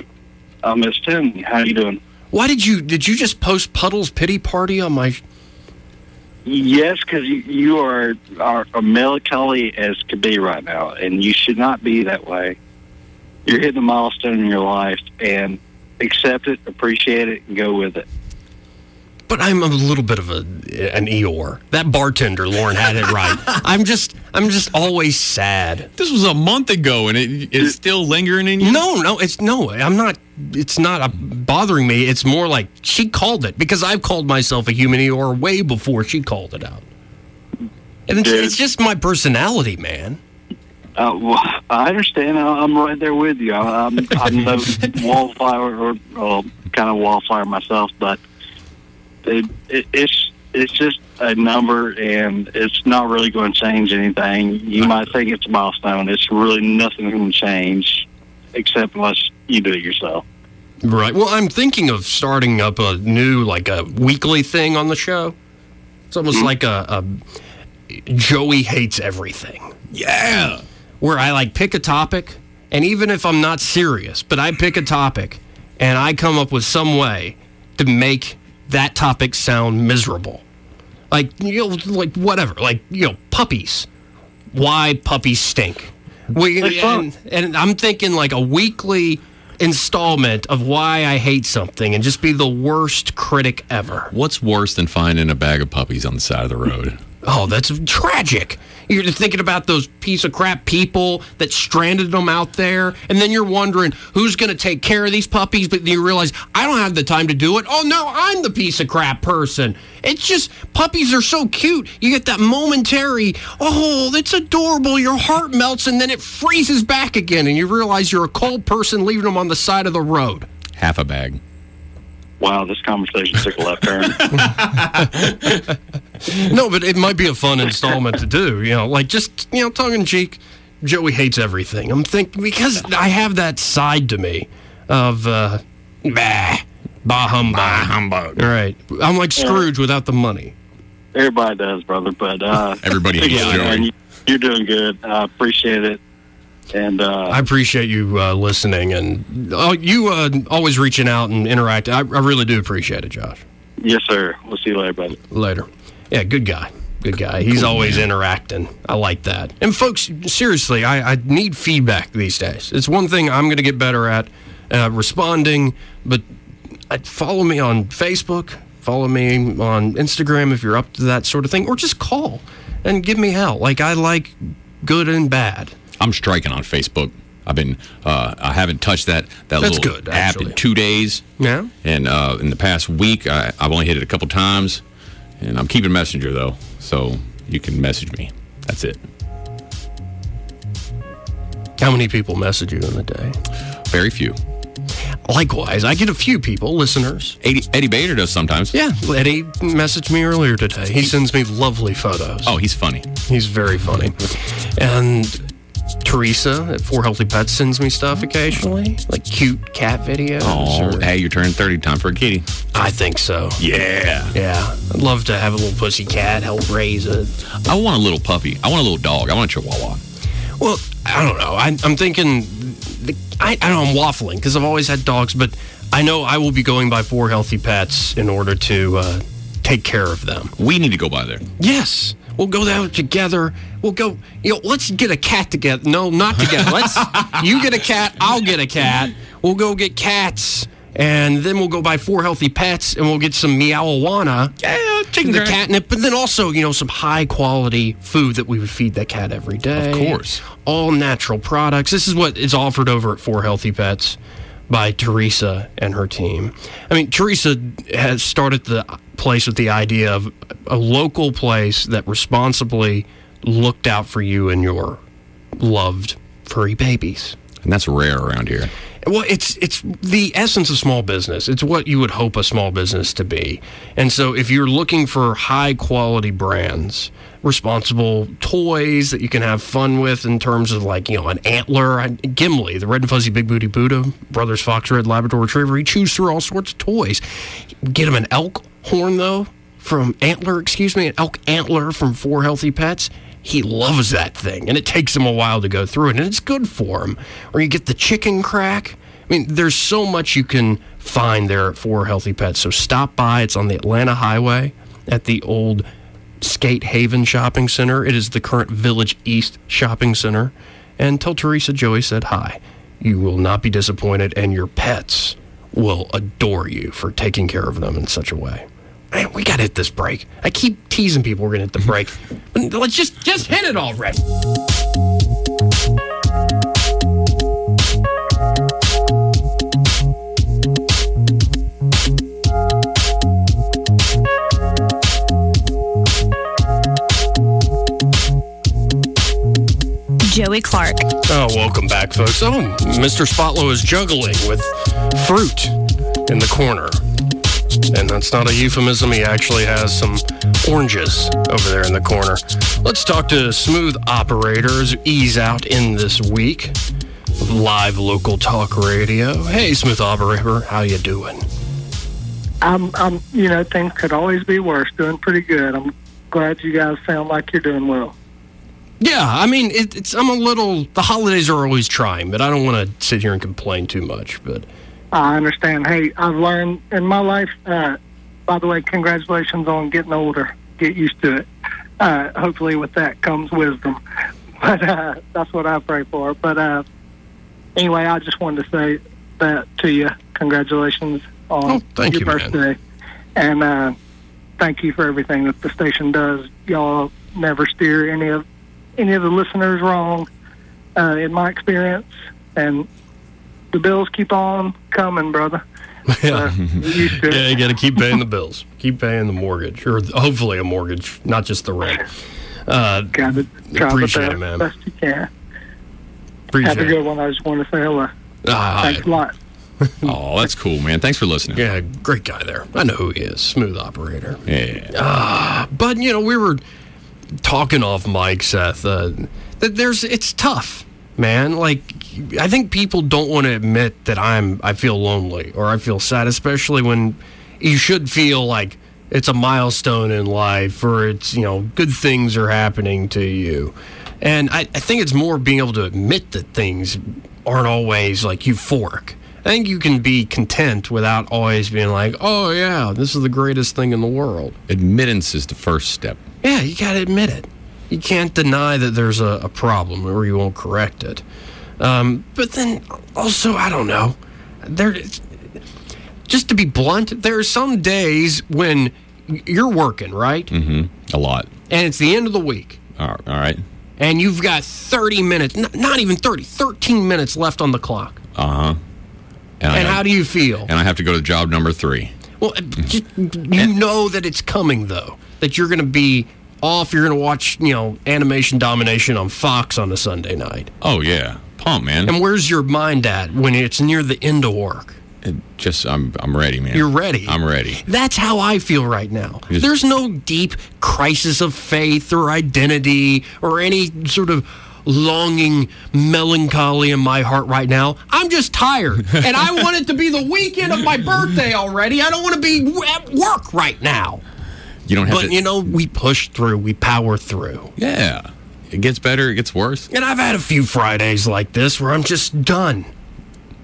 Speaker 7: I missed him. How you doing?
Speaker 3: Why did you did you just post Puddles pity party on my?
Speaker 7: Yes, because you, you are, are are melancholy as could be right now, and you should not be that way. You're hitting a milestone in your life, and accept it, appreciate it, and go with it.
Speaker 3: But I'm a little bit of a an Eeyore. That bartender Lauren had it right. I'm just I'm just always sad.
Speaker 4: This was a month ago, and it is still lingering in you.
Speaker 3: No, no, it's no. I'm not. It's not uh bothering me. It's more like she called it because I've called myself a human Eeyore way before she called it out. And it's,
Speaker 7: Dude.
Speaker 3: it's just my personality, man.
Speaker 7: Uh, well, I understand. I- I'm right there with you. I- I'm, I'm no wallflower or uh, kind of wallflower myself, but it, it, it's it's just a number, and it's not really going to change anything. You might think it's a milestone. It's really nothing going to change, except unless you do it yourself.
Speaker 3: Right. Well, I'm thinking of starting up a new like a weekly thing on the show. It's almost like a, a Joey hates everything.
Speaker 4: Yeah.
Speaker 3: where I like pick a topic, and even if I'm not serious, but I pick a topic and I come up with some way to make that topic sound miserable. Like, you know, like whatever, like, you know, puppies. Why puppies stink. We, and, and I'm thinking like a weekly installment of why I hate something and just be the worst critic ever.
Speaker 4: What's worse than finding a bag of puppies on the side of the road?
Speaker 3: Oh, that's tragic. You're thinking about those piece of crap people that stranded them out there, and then you're wondering who's going to take care of these puppies. But then you realize I don't have the time to do it. Oh no, I'm the piece of crap person. It's just puppies are so cute. You get that momentary, oh, that's adorable. Your heart melts, and then it freezes back again, and you realize you're a cold person leaving them on the side of the road.
Speaker 4: Half a bag.
Speaker 7: Wow, this conversation took a left turn.
Speaker 3: No, but it might be a fun installment to do. You know, like just you know, tongue in cheek. Joey hates everything. I'm thinking because I have that side to me of uh, bah, bah humbug. Bah humbug. Right. I'm like Scrooge without the money.
Speaker 7: Everybody does, brother. But uh,
Speaker 4: Everybody hates
Speaker 7: yeah,
Speaker 4: Joey.
Speaker 7: man, you- you're doing good. I appreciate it, and uh,
Speaker 3: I appreciate you uh, listening and uh, you uh, always reaching out and interacting. I, I really do appreciate it, Josh.
Speaker 7: yes, sir. We'll see you later, brother.
Speaker 3: later. Yeah, good guy. Good guy. He's always interacting. I like that. And folks, seriously, I, I need feedback these days. It's one thing I'm going to get better at uh, responding, but uh, follow me on Facebook, follow me on Instagram if you're up to that sort of thing, or just call and give me hell. Like, I like good and bad.
Speaker 4: I'm striking on Facebook. I've been uh, I haven't touched that that
Speaker 3: That's
Speaker 4: little
Speaker 3: good,
Speaker 4: app
Speaker 3: actually.
Speaker 4: in two days.
Speaker 3: Yeah.
Speaker 4: And uh, in the past week, I, I've only hit it a couple times, and I'm keeping Messenger though, so you can message me. That's it.
Speaker 3: How many people message you in a day?
Speaker 4: Very few.
Speaker 3: Likewise, I get a few people, listeners.
Speaker 4: Eddie, Eddie Bader does sometimes.
Speaker 3: Yeah, Eddie messaged me earlier today. He sends me lovely photos.
Speaker 4: Oh, he's funny.
Speaker 3: He's very funny. And Teresa at Four Healthy Pets sends me stuff occasionally, like cute cat videos.
Speaker 4: Oh,
Speaker 3: or-
Speaker 4: hey, you're turning 30. Time for a kitty.
Speaker 3: I think so.
Speaker 4: Yeah.
Speaker 3: Yeah. I'd love to have a little pussy cat, help raise it.
Speaker 4: I want a little puppy. I want a little dog. I want a chihuahua.
Speaker 3: Well, I don't know. I, I'm thinking, the, I, I know I'm waffling because I've always had dogs, but I know I will be going by Four Healthy Pets in order to uh, take care of them.
Speaker 4: We need to go by there.
Speaker 3: Yes. We'll go down together. We'll go. You know, let's get a cat together. No, not together. Let's. you get a cat. I'll get a cat. We'll go get cats, and then we'll go buy four healthy pets, and we'll get some meowawana. Yeah, chicken the catnip, but then also you know some high quality food that we would feed that cat every day.
Speaker 4: Of course.
Speaker 3: all natural products. This is what is offered over at Four Healthy Pets by Teresa and her team. I mean, Teresa has started the place with the idea of a local place that responsibly looked out for you and your loved furry babies.
Speaker 4: And that's rare around here.
Speaker 3: Well, it's it's the essence of small business. It's what you would hope a small business to be. And so if you're looking for high quality brands, responsible toys that you can have fun with in terms of like, you know, an antler, I- Gimli, the red and fuzzy big booty Buddha, Brothers Fox Red Labrador Retriever, he chews through all sorts of toys. Get him an elk horn though from antler, excuse me, an elk antler from Four Healthy Pets. He loves that thing, and it takes him a while to go through it, and it's good for him. Or you get the chicken crack. I mean, there's so much you can find there at Four Healthy Pets. So stop by. It's on the Atlanta Highway at the old Skate Haven Shopping Center. It is the current Village East Shopping Center. And tell Teresa Joey said hi. You will not be disappointed, and your pets will adore you for taking care of them in such a way. Man, we gotta hit this break. I keep teasing people we're gonna hit the break. But Let's just just hit it already.
Speaker 2: Joey Clark.
Speaker 3: Oh, welcome back, folks. Oh, Mr. Spotlow is juggling with fruit in the corner. And that's not a euphemism. He actually has some oranges over there in the corner. Let's talk to smooth operators ease out in this week of live local talk radio. Hey, smooth operator, how you doing?
Speaker 8: I'm, I'm, you know, things could always be worse. Doing pretty good. I'm glad you guys sound like you're doing well.
Speaker 3: Yeah, I mean, it, it's I'm a little. The holidays are always trying, but I don't want to sit here and complain too much. But
Speaker 8: I understand. Hey, I've learned in my life. Uh, by the way, congratulations on getting older. Get used to it. Uh, hopefully, with that comes wisdom. But uh, that's what I pray for. But uh, anyway, I just wanted to say that to you. Congratulations on
Speaker 3: Oh, thank
Speaker 8: your
Speaker 3: you, man.
Speaker 8: birthday, and uh, thank you for everything that the station does. Y'all never steer any of any of the listeners wrong, uh, in my experience, and the bills keep on coming, brother.
Speaker 3: yeah, yeah, you got to keep paying the bills, keep paying the mortgage, or hopefully a mortgage, not just the rent. Uh,
Speaker 8: Try
Speaker 3: appreciate
Speaker 8: the
Speaker 3: it, man.
Speaker 8: best you can. Have a
Speaker 4: Appreciate it.
Speaker 8: good one. I just want to say hello.
Speaker 3: Ah,
Speaker 8: Thanks a lot.
Speaker 4: Oh, that's cool, man. Thanks for listening.
Speaker 3: Yeah, great guy there. I know who he is. Smooth operator.
Speaker 4: Yeah.
Speaker 3: Ah, but you know, we were talking off mic, Seth. Uh, that there's it's tough, man. Like I think people don't want to admit that I'm I feel lonely or I feel sad, especially when you should feel like it's a milestone in life or it's you know good things are happening to you. And I, I think it's more being able to admit that things aren't always like euphoric. I think you can be content without always being like, oh, yeah, this is the greatest thing in the world.
Speaker 4: Admittance is the first step.
Speaker 3: Yeah, you got to admit it. You can't deny that there's a, a problem or you won't correct it. Um, but then also, I don't know. There, just to be blunt, there are some days when you're working, right?
Speaker 4: Mm-hmm. A lot.
Speaker 3: And it's the end of the week.
Speaker 4: All all right.
Speaker 3: And you've got 30 minutes, n- not even 30, 13 minutes left on the clock.
Speaker 4: Uh huh.
Speaker 3: and how do you feel?
Speaker 4: And I have to go to job number three.
Speaker 3: Well, uh, just, you know that it's coming though. That you're going to be off. You're going to watch, you know, Animation Domination on Fox on a Sunday night.
Speaker 4: Oh yeah, pump man.
Speaker 3: And where's your mind at when it's near the end of work?
Speaker 4: It just I'm I'm ready, man.
Speaker 3: You're ready.
Speaker 4: I'm ready.
Speaker 3: That's how I feel right now.
Speaker 4: Just-
Speaker 3: There's no deep crisis of faith or identity or any sort of longing melancholy in my heart right now. I'm just tired. and I want it to be the weekend of my birthday already. I don't want to be w- at work right now.
Speaker 4: You don't have
Speaker 3: But
Speaker 4: to.
Speaker 3: you know, we push through, we power through.
Speaker 4: yeah, it gets better. It gets worse.
Speaker 3: And I've had a few Fridays like this where I'm just done.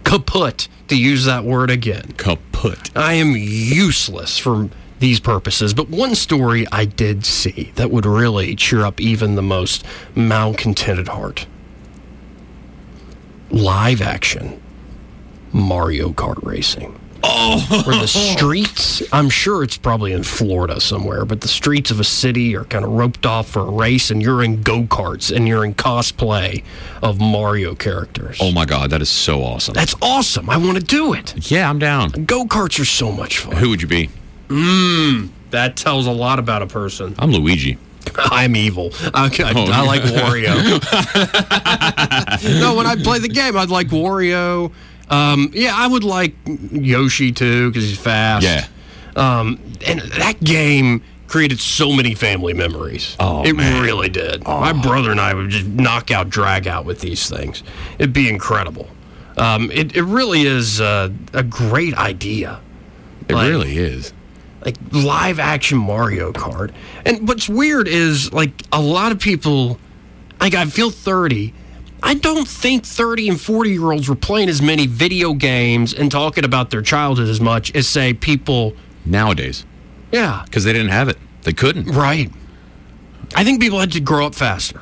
Speaker 3: Kaput, to use that word again.
Speaker 4: Kaput.
Speaker 3: I am useless for these purposes. But one story I did see that would really cheer up even the most malcontented heart live action Mario Kart racing.
Speaker 9: Oh,
Speaker 3: where the streets i'm sure it's probably in florida somewhere but the streets of a city are kind of roped off for a race and you're in go-karts and you're in cosplay of mario characters
Speaker 4: Oh my god, that is so awesome.
Speaker 3: that's awesome i want to do it
Speaker 4: yeah, I'm down.
Speaker 3: go-karts are so much fun
Speaker 4: Who would you be?
Speaker 3: mm, that tells a lot about a person
Speaker 4: I'm Luigi.
Speaker 3: I'm evil. I, I,
Speaker 4: Oh,
Speaker 3: I like
Speaker 4: yeah.
Speaker 3: Wario. no, when I play the game, I'd like Wario. Um, yeah, I would like Yoshi too because he's fast. Yeah. Um, and that game created so many family memories.
Speaker 4: Oh,
Speaker 3: it
Speaker 4: man. Oh.
Speaker 3: really did. My brother and I would just knock out, drag out with these things. It'd be incredible. Um, it, it really is uh, a great idea.
Speaker 4: It really is.
Speaker 3: Like live action Mario Kart. And what's weird is like a lot of people like I feel 30. I don't think 30 and 40 year olds were playing as many video games and talking about their childhood as much as say people
Speaker 4: nowadays.
Speaker 3: Yeah.
Speaker 4: Because they didn't have it. They couldn't.
Speaker 3: Right. I think people had to grow up faster.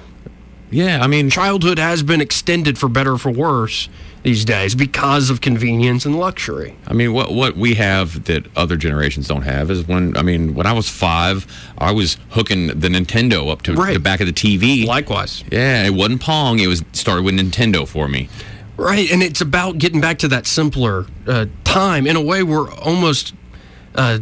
Speaker 4: Yeah, I mean,
Speaker 3: childhood has been extended for better or for worse these days because of convenience and luxury.
Speaker 4: I mean, what what we have that other generations don't have is when I mean, when I was five, I was hooking the Nintendo up to the back of the TV.
Speaker 3: Likewise.
Speaker 4: Yeah, it wasn't Pong. It was started with Nintendo for me.
Speaker 3: Right, and it's about getting back to that simpler uh, time. In a way, we're almost uh,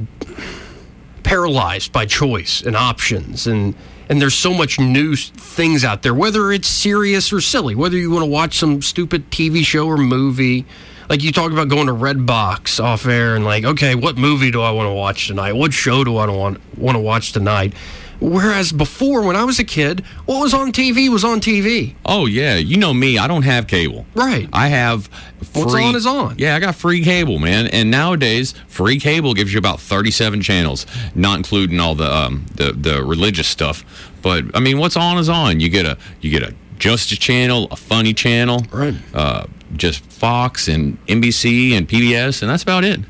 Speaker 3: paralyzed by choice and options, and and there's so much new s- things out there. Whether it's serious or silly, whether you want to watch some stupid TV show or movie, like you talk about going to Redbox off air and like, okay, what movie do I want to watch tonight? What show do I want want to watch tonight? Whereas before, when I was a kid, what was on TV was on TV.
Speaker 4: Oh yeah, you know me. I don't have cable.
Speaker 3: Right.
Speaker 4: I have. Free,
Speaker 3: What's on is on.
Speaker 4: Yeah, I got free cable, man. And nowadays, free cable gives you about thirty-seven channels, not including all the um, the the religious stuff. But I mean, what's on is on. You get a you get a Justice channel, a funny channel,
Speaker 3: right?
Speaker 4: Uh, just Fox and NBC and PBS, and that's about it.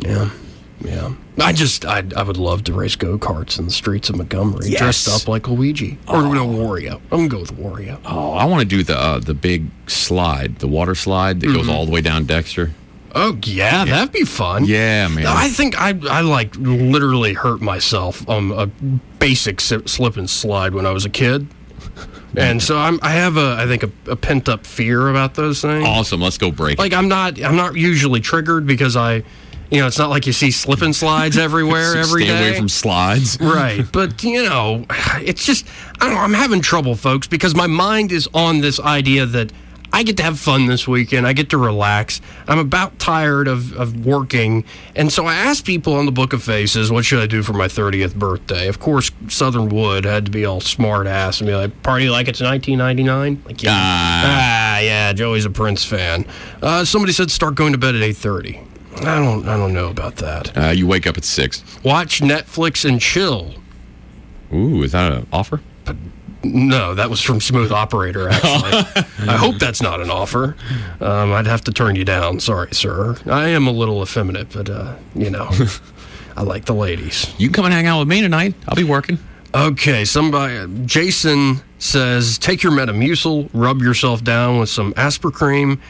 Speaker 3: Yeah. Yeah. I just, I, I would love to race go karts in the streets of Montgomery
Speaker 4: Yes.
Speaker 3: dressed up like Luigi or no, Wario. I'm going to go with Wario.
Speaker 4: Oh, I want to do the uh, the big slide, the water slide that goes
Speaker 3: Mhm.
Speaker 4: all the way down Dexter.
Speaker 3: Oh, yeah, that'd be fun.
Speaker 4: Yeah, man.
Speaker 3: I think I, I like literally hurt myself on a basic si- slip and slide when I was a kid. And so I'm, I have a, I think a, a pent up fear about those things.
Speaker 4: Awesome. Let's go break.
Speaker 3: Like I'm not, I'm not usually triggered because I, you know, it's not like you see slip and slides everywhere
Speaker 4: So
Speaker 3: every day.
Speaker 4: Stay away from slides.
Speaker 3: right but you know it's just i don't know i'm having trouble folks because my mind is on this idea that i get to have fun this weekend i get to relax i'm about tired of, of working and so i asked people on the book of faces what should i do for my 30th birthday of course southern wood had to be all smart ass and be like party like it's 1999 like yeah
Speaker 4: Uh,
Speaker 3: ah, yeah joey's a prince fan uh, somebody said start going to bed at 8.30 i don't i don't know about that
Speaker 4: Uh, you wake up at six.
Speaker 3: Watch Netflix and chill.
Speaker 4: Ooh, is that an offer?
Speaker 3: No, that was from Smooth Operator, actually. I hope that's not an offer. Um, I'd have to turn you down. Sorry, sir. I am a little effeminate, but, uh, you know, I like the ladies.
Speaker 4: You can come and hang out with me tonight. I'll be working.
Speaker 3: Okay, somebody, Jason says take your Metamucil, rub yourself down with some Asper cream,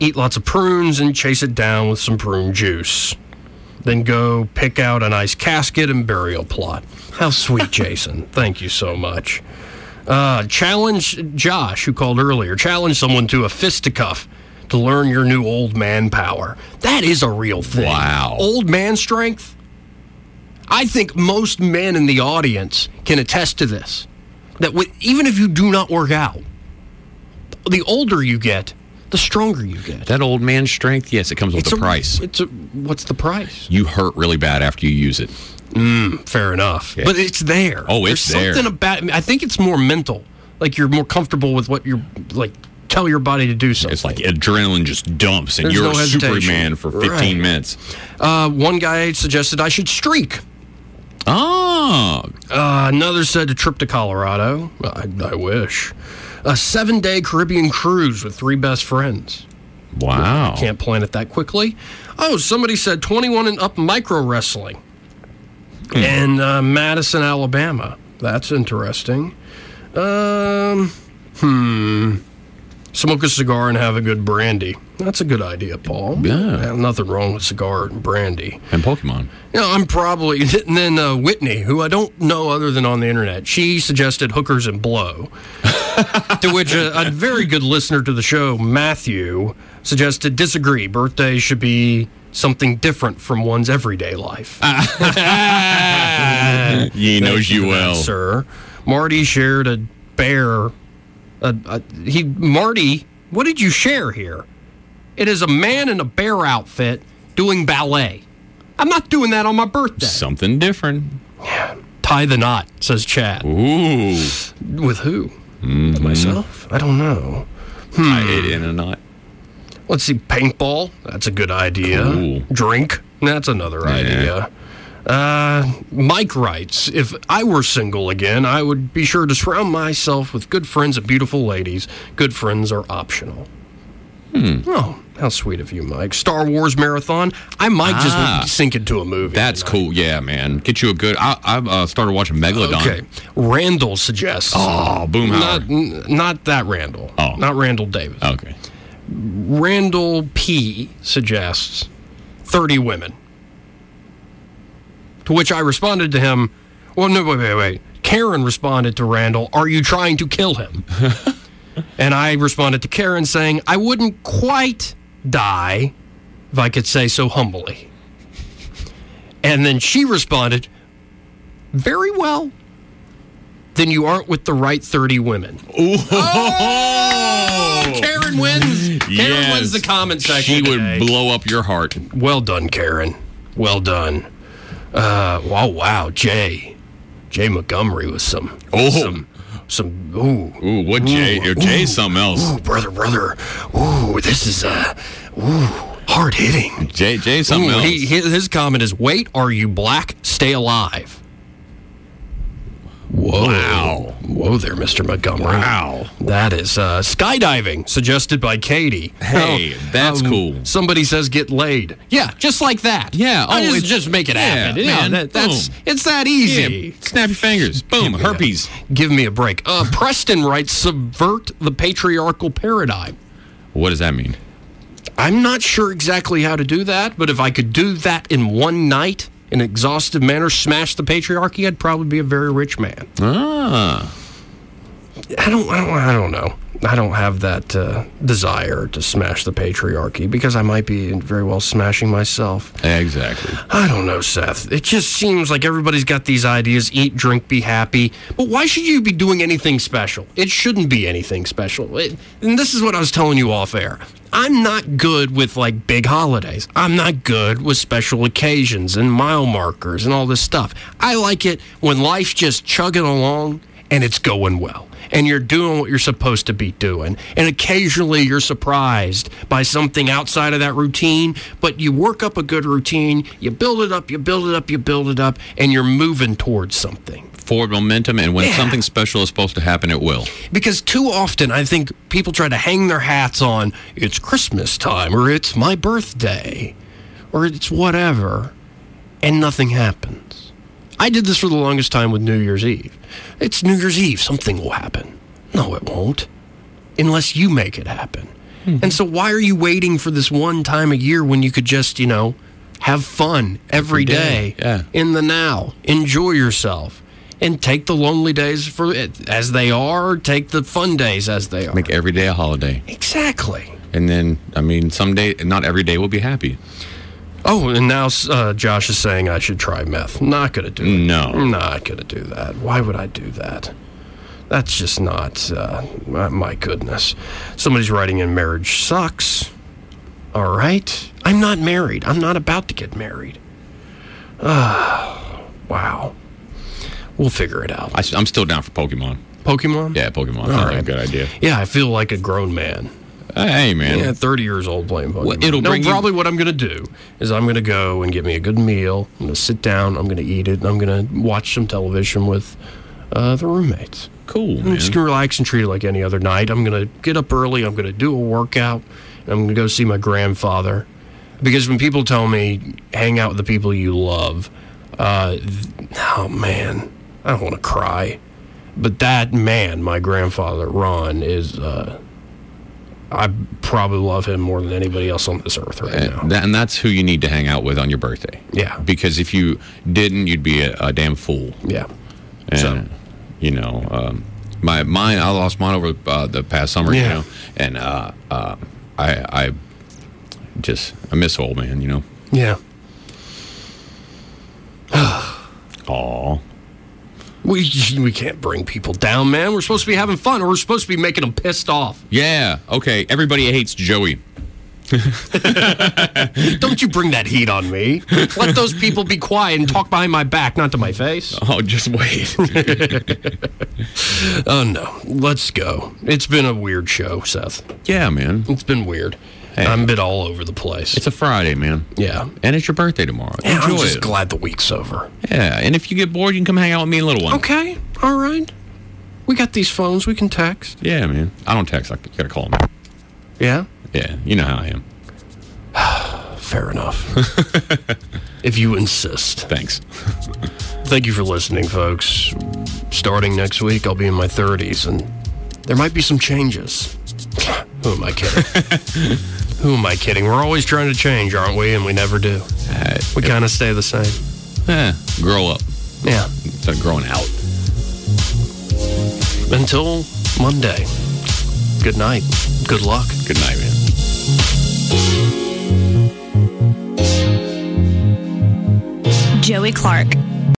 Speaker 3: eat lots of prunes, and chase it down with some prune juice. Then go pick out a nice casket and burial plot. How sweet, Jason. Thank you so much. Uh, challenge Josh, who called earlier, challenge someone to a fisticuff to learn your new old man power. That is a real thing. Wow. Old man strength? I think most men in the audience can attest to this. That with, even if you do not work out, the older you get, the stronger you get.
Speaker 4: That old man strength, yes, it comes with
Speaker 3: It's
Speaker 4: a,
Speaker 3: a-
Speaker 4: price.
Speaker 3: It's a, what's the price?
Speaker 4: You hurt really bad after you use it.
Speaker 3: Mm, fair enough. But it's there.
Speaker 4: Oh, it's
Speaker 3: There's
Speaker 4: there.
Speaker 3: something about. I think it's more mental. Like you're more comfortable with what you're like. Tell your body to do something.
Speaker 4: It's like adrenaline just dumps, and
Speaker 3: There's
Speaker 4: you're
Speaker 3: no
Speaker 4: a
Speaker 3: hesitation.
Speaker 4: Superman for 15
Speaker 3: Right.
Speaker 4: minutes.
Speaker 3: Uh, one guy suggested I should streak.
Speaker 4: Oh.
Speaker 3: Uh, another said a trip to Colorado. I, I wish. A seven day Caribbean cruise with three best friends.
Speaker 4: Wow.
Speaker 3: Can't plan it that quickly. Oh, somebody said 21 and up micro wrestling in uh, Madison, Alabama. That's interesting. Um, hmm. Smoke a cigar and have a good brandy. That's a good idea, Paul. Yeah. Nothing wrong with cigar and brandy.
Speaker 4: And Pokemon.
Speaker 3: Yeah, I'm probably. And then uh, Whitney, who I don't know other than on the internet, she suggested hookers and blow. to which a, a very good listener to the show, Matthew, suggested disagree. Birthdays should be something different from one's everyday life.
Speaker 4: Ye knows
Speaker 3: Thank
Speaker 4: you
Speaker 3: for that,
Speaker 4: well.
Speaker 3: sir. Marty shared a bear. A, a, he Marty, what did you share here? It is a man in a bear outfit doing ballet. I'm not doing that on my birthday.
Speaker 4: Something different.
Speaker 3: Tie the knot, says Chad.
Speaker 4: Ooh.
Speaker 3: With who? Myself?
Speaker 4: Hmm.
Speaker 3: I don't know.
Speaker 4: I ate in a knot.
Speaker 3: Let's see, paintball. That's a good idea. Drink. That's another idea. Uh, Mike writes If I were single again, I would be sure to surround myself with good friends and beautiful ladies. Good friends are optional.
Speaker 4: Hmm.
Speaker 3: Oh, how sweet of you, Mike. Star Wars marathon. I might
Speaker 4: Ah.
Speaker 3: just sink into a movie.
Speaker 4: That's cool. Yeah, man. Get you a good. I, I uh, started watching Megalodon.
Speaker 3: Okay. Randall suggests.
Speaker 4: Oh, Boomhauer.
Speaker 3: Not, n- not that Randall. Oh. Not Randall Davis.
Speaker 4: Okay.
Speaker 3: Randall P suggests 30 women. To which I responded to him, well, no, wait, wait, wait. Karen responded to Randall, are you trying to kill him? and I responded to Karen saying, I wouldn't quite die if I could say so humbly. And then she responded, very well. Then you aren't with the right 30 women. Oh! Karen wins. Karen
Speaker 4: Yes.
Speaker 3: wins the comment section.
Speaker 4: She
Speaker 3: today.
Speaker 4: would blow up your heart.
Speaker 3: Well done, Karen. Well done. Uh, wow, wow, Jay. Jay Montgomery was some.
Speaker 4: Oh.
Speaker 3: Some, some ooh.
Speaker 4: Ooh, what Jay?
Speaker 3: Ooh,
Speaker 4: Jay's
Speaker 3: ooh,
Speaker 4: something else.
Speaker 3: Ooh, brother, brother. Ooh, this is uh, ooh, hard hitting.
Speaker 4: Jay, Jay's something else.
Speaker 3: He, his, his comment is, "Wait, are you black? Stay alive." Whoa. Wow. Whoa there, Mr. Montgomery. Wow. That is uh, skydiving suggested by Katie. Oh, um,
Speaker 4: Hey, that's cool.
Speaker 3: Somebody says get laid. Yeah, just like that.
Speaker 4: Yeah,
Speaker 3: I
Speaker 4: oh,
Speaker 3: just,
Speaker 4: it's-
Speaker 3: just make it
Speaker 4: yeah,
Speaker 3: happen. Yeah,
Speaker 4: man,
Speaker 3: that, that's
Speaker 4: boom.
Speaker 3: it's that easy.
Speaker 4: Yeah, snap your fingers. Boom. Herpes.
Speaker 3: Give me a break. Uh, Preston writes subvert the patriarchal paradigm.
Speaker 4: What does that mean?
Speaker 3: I'm not sure exactly how to do that, but if I could do that in one night in an exhaustive manner, smash the patriarchy, I'd probably be a very rich man.
Speaker 4: Ah.
Speaker 3: I don't, I don't, I don't know. I don't have that uh, desire to smash the patriarchy because I might be very well smashing myself.
Speaker 4: Exactly.
Speaker 3: I don't know, Seth. It just seems like everybody's got these ideas eat, drink, be happy. But why should you be doing anything special? It shouldn't be anything special. It, and this is what I was telling you off air. I'm not good with like big holidays. I'm not good with special occasions and mile markers and all this stuff. I like it when life's just chugging along and it's going well. And you're doing what you're supposed to be doing. And occasionally you're surprised by something outside of that routine, but you work up a good routine, you build it up, you build it up, you build it up, and you're moving towards something.
Speaker 4: Forward momentum, and when
Speaker 3: Yeah.
Speaker 4: something special is supposed to happen, it will.
Speaker 3: Because too often I think people try to hang their hats on it's Christmas time, or it's my birthday, or it's whatever, and nothing happens. I did this for the longest time with New Year's Eve. It's New Year's Eve, something will happen. No, it won't. unless you make it happen. And so, why are you waiting for this one time a year when you could just, you know, have fun every day,
Speaker 4: day, yeah.
Speaker 3: in the now, enjoy yourself, and take the lonely days for as they are, take the fun days as they are.
Speaker 4: Make every day a holiday,
Speaker 3: Exactly.
Speaker 4: and then I mean, someday not every day will be happy.
Speaker 3: Oh, and now uh, Josh is saying I should try meth. Not gonna do it.
Speaker 4: No.
Speaker 3: Not gonna do that. Why would I do that? That's just not. Uh, my, my goodness. Somebody's writing in marriage sucks. All right. I'm not married. I'm not about to get married. Ah, wow. We'll figure it out.
Speaker 4: I, am still down for Pokemon.
Speaker 3: Pokemon?
Speaker 4: Yeah, Pokemon.
Speaker 3: All
Speaker 4: That's a
Speaker 3: right.
Speaker 4: good idea.
Speaker 3: Yeah, I feel like a grown man.
Speaker 4: Hey, man.
Speaker 3: Yeah, 30 years old playing Pokemon.
Speaker 4: Well, it'll
Speaker 3: no,
Speaker 4: bring you-
Speaker 3: probably what I'm going to do is I'm going to go and get me a good meal. I'm going to sit down. I'm going to eat it. And I'm going to watch some television with uh, the roommates.
Speaker 4: Cool,
Speaker 3: I'm
Speaker 4: man.
Speaker 3: just going to relax and treat it like any other night. I'm going to get up early. I'm going to do a workout. And I'm going to go see my grandfather. Because when people tell me, hang out with the people you love, uh, th- oh, man, I don't want to cry. But that man, my grandfather, Ron, is. Uh, I probably love him more than anybody else on this earth right now.
Speaker 4: And, that, and that's who you need to hang out with on your birthday.
Speaker 3: Yeah,
Speaker 4: Because if you didn't, you'd be a, a damn fool.
Speaker 3: yeah.
Speaker 4: And,
Speaker 3: So-
Speaker 4: you know, um, my mine, I lost mine over uh, the past summer, you
Speaker 3: Yeah.
Speaker 4: know, and uh, uh, I, I just, I miss old man, you know.
Speaker 3: Yeah.
Speaker 4: Aw.
Speaker 3: We, we can't bring people down, man. We're supposed to be having fun or we're supposed to be making them pissed off.
Speaker 4: Yeah. Okay. Everybody hates Joey.
Speaker 3: Don't you bring that heat on me. Let those people be quiet and talk behind my back, not to my face.
Speaker 4: Oh, just wait.
Speaker 3: oh, no. Let's go. It's been a weird show, Seth.
Speaker 4: Yeah, man.
Speaker 3: It's been weird. I'm a bit all over the place.
Speaker 4: It's a Friday, man.
Speaker 3: Yeah.
Speaker 4: And it's your birthday tomorrow.
Speaker 3: Yeah, I'm
Speaker 4: Enjoy
Speaker 3: just
Speaker 4: it.
Speaker 3: glad the week's over.
Speaker 4: Yeah, and if you get bored, you can come hang out with me and Little One.
Speaker 3: Okay. All right. We got these phones. We can text.
Speaker 4: Yeah, man. I don't text. I gotta call him.
Speaker 3: Yeah?
Speaker 4: Yeah, you know how I am.
Speaker 3: Fair enough. if you insist.
Speaker 4: Thanks.
Speaker 3: Thank you for listening, folks. Starting next week, I'll be in my 30s, and there might be some changes. Who am I kidding? Who am I kidding? We're always trying to change, aren't we? And we never do. we kind of stay the same.
Speaker 4: Yeah, Eh, grow up.
Speaker 3: Yeah.
Speaker 4: Start growing out.
Speaker 3: Until Monday. Good night. Good luck.
Speaker 4: Good night, man.
Speaker 2: Joey Clark.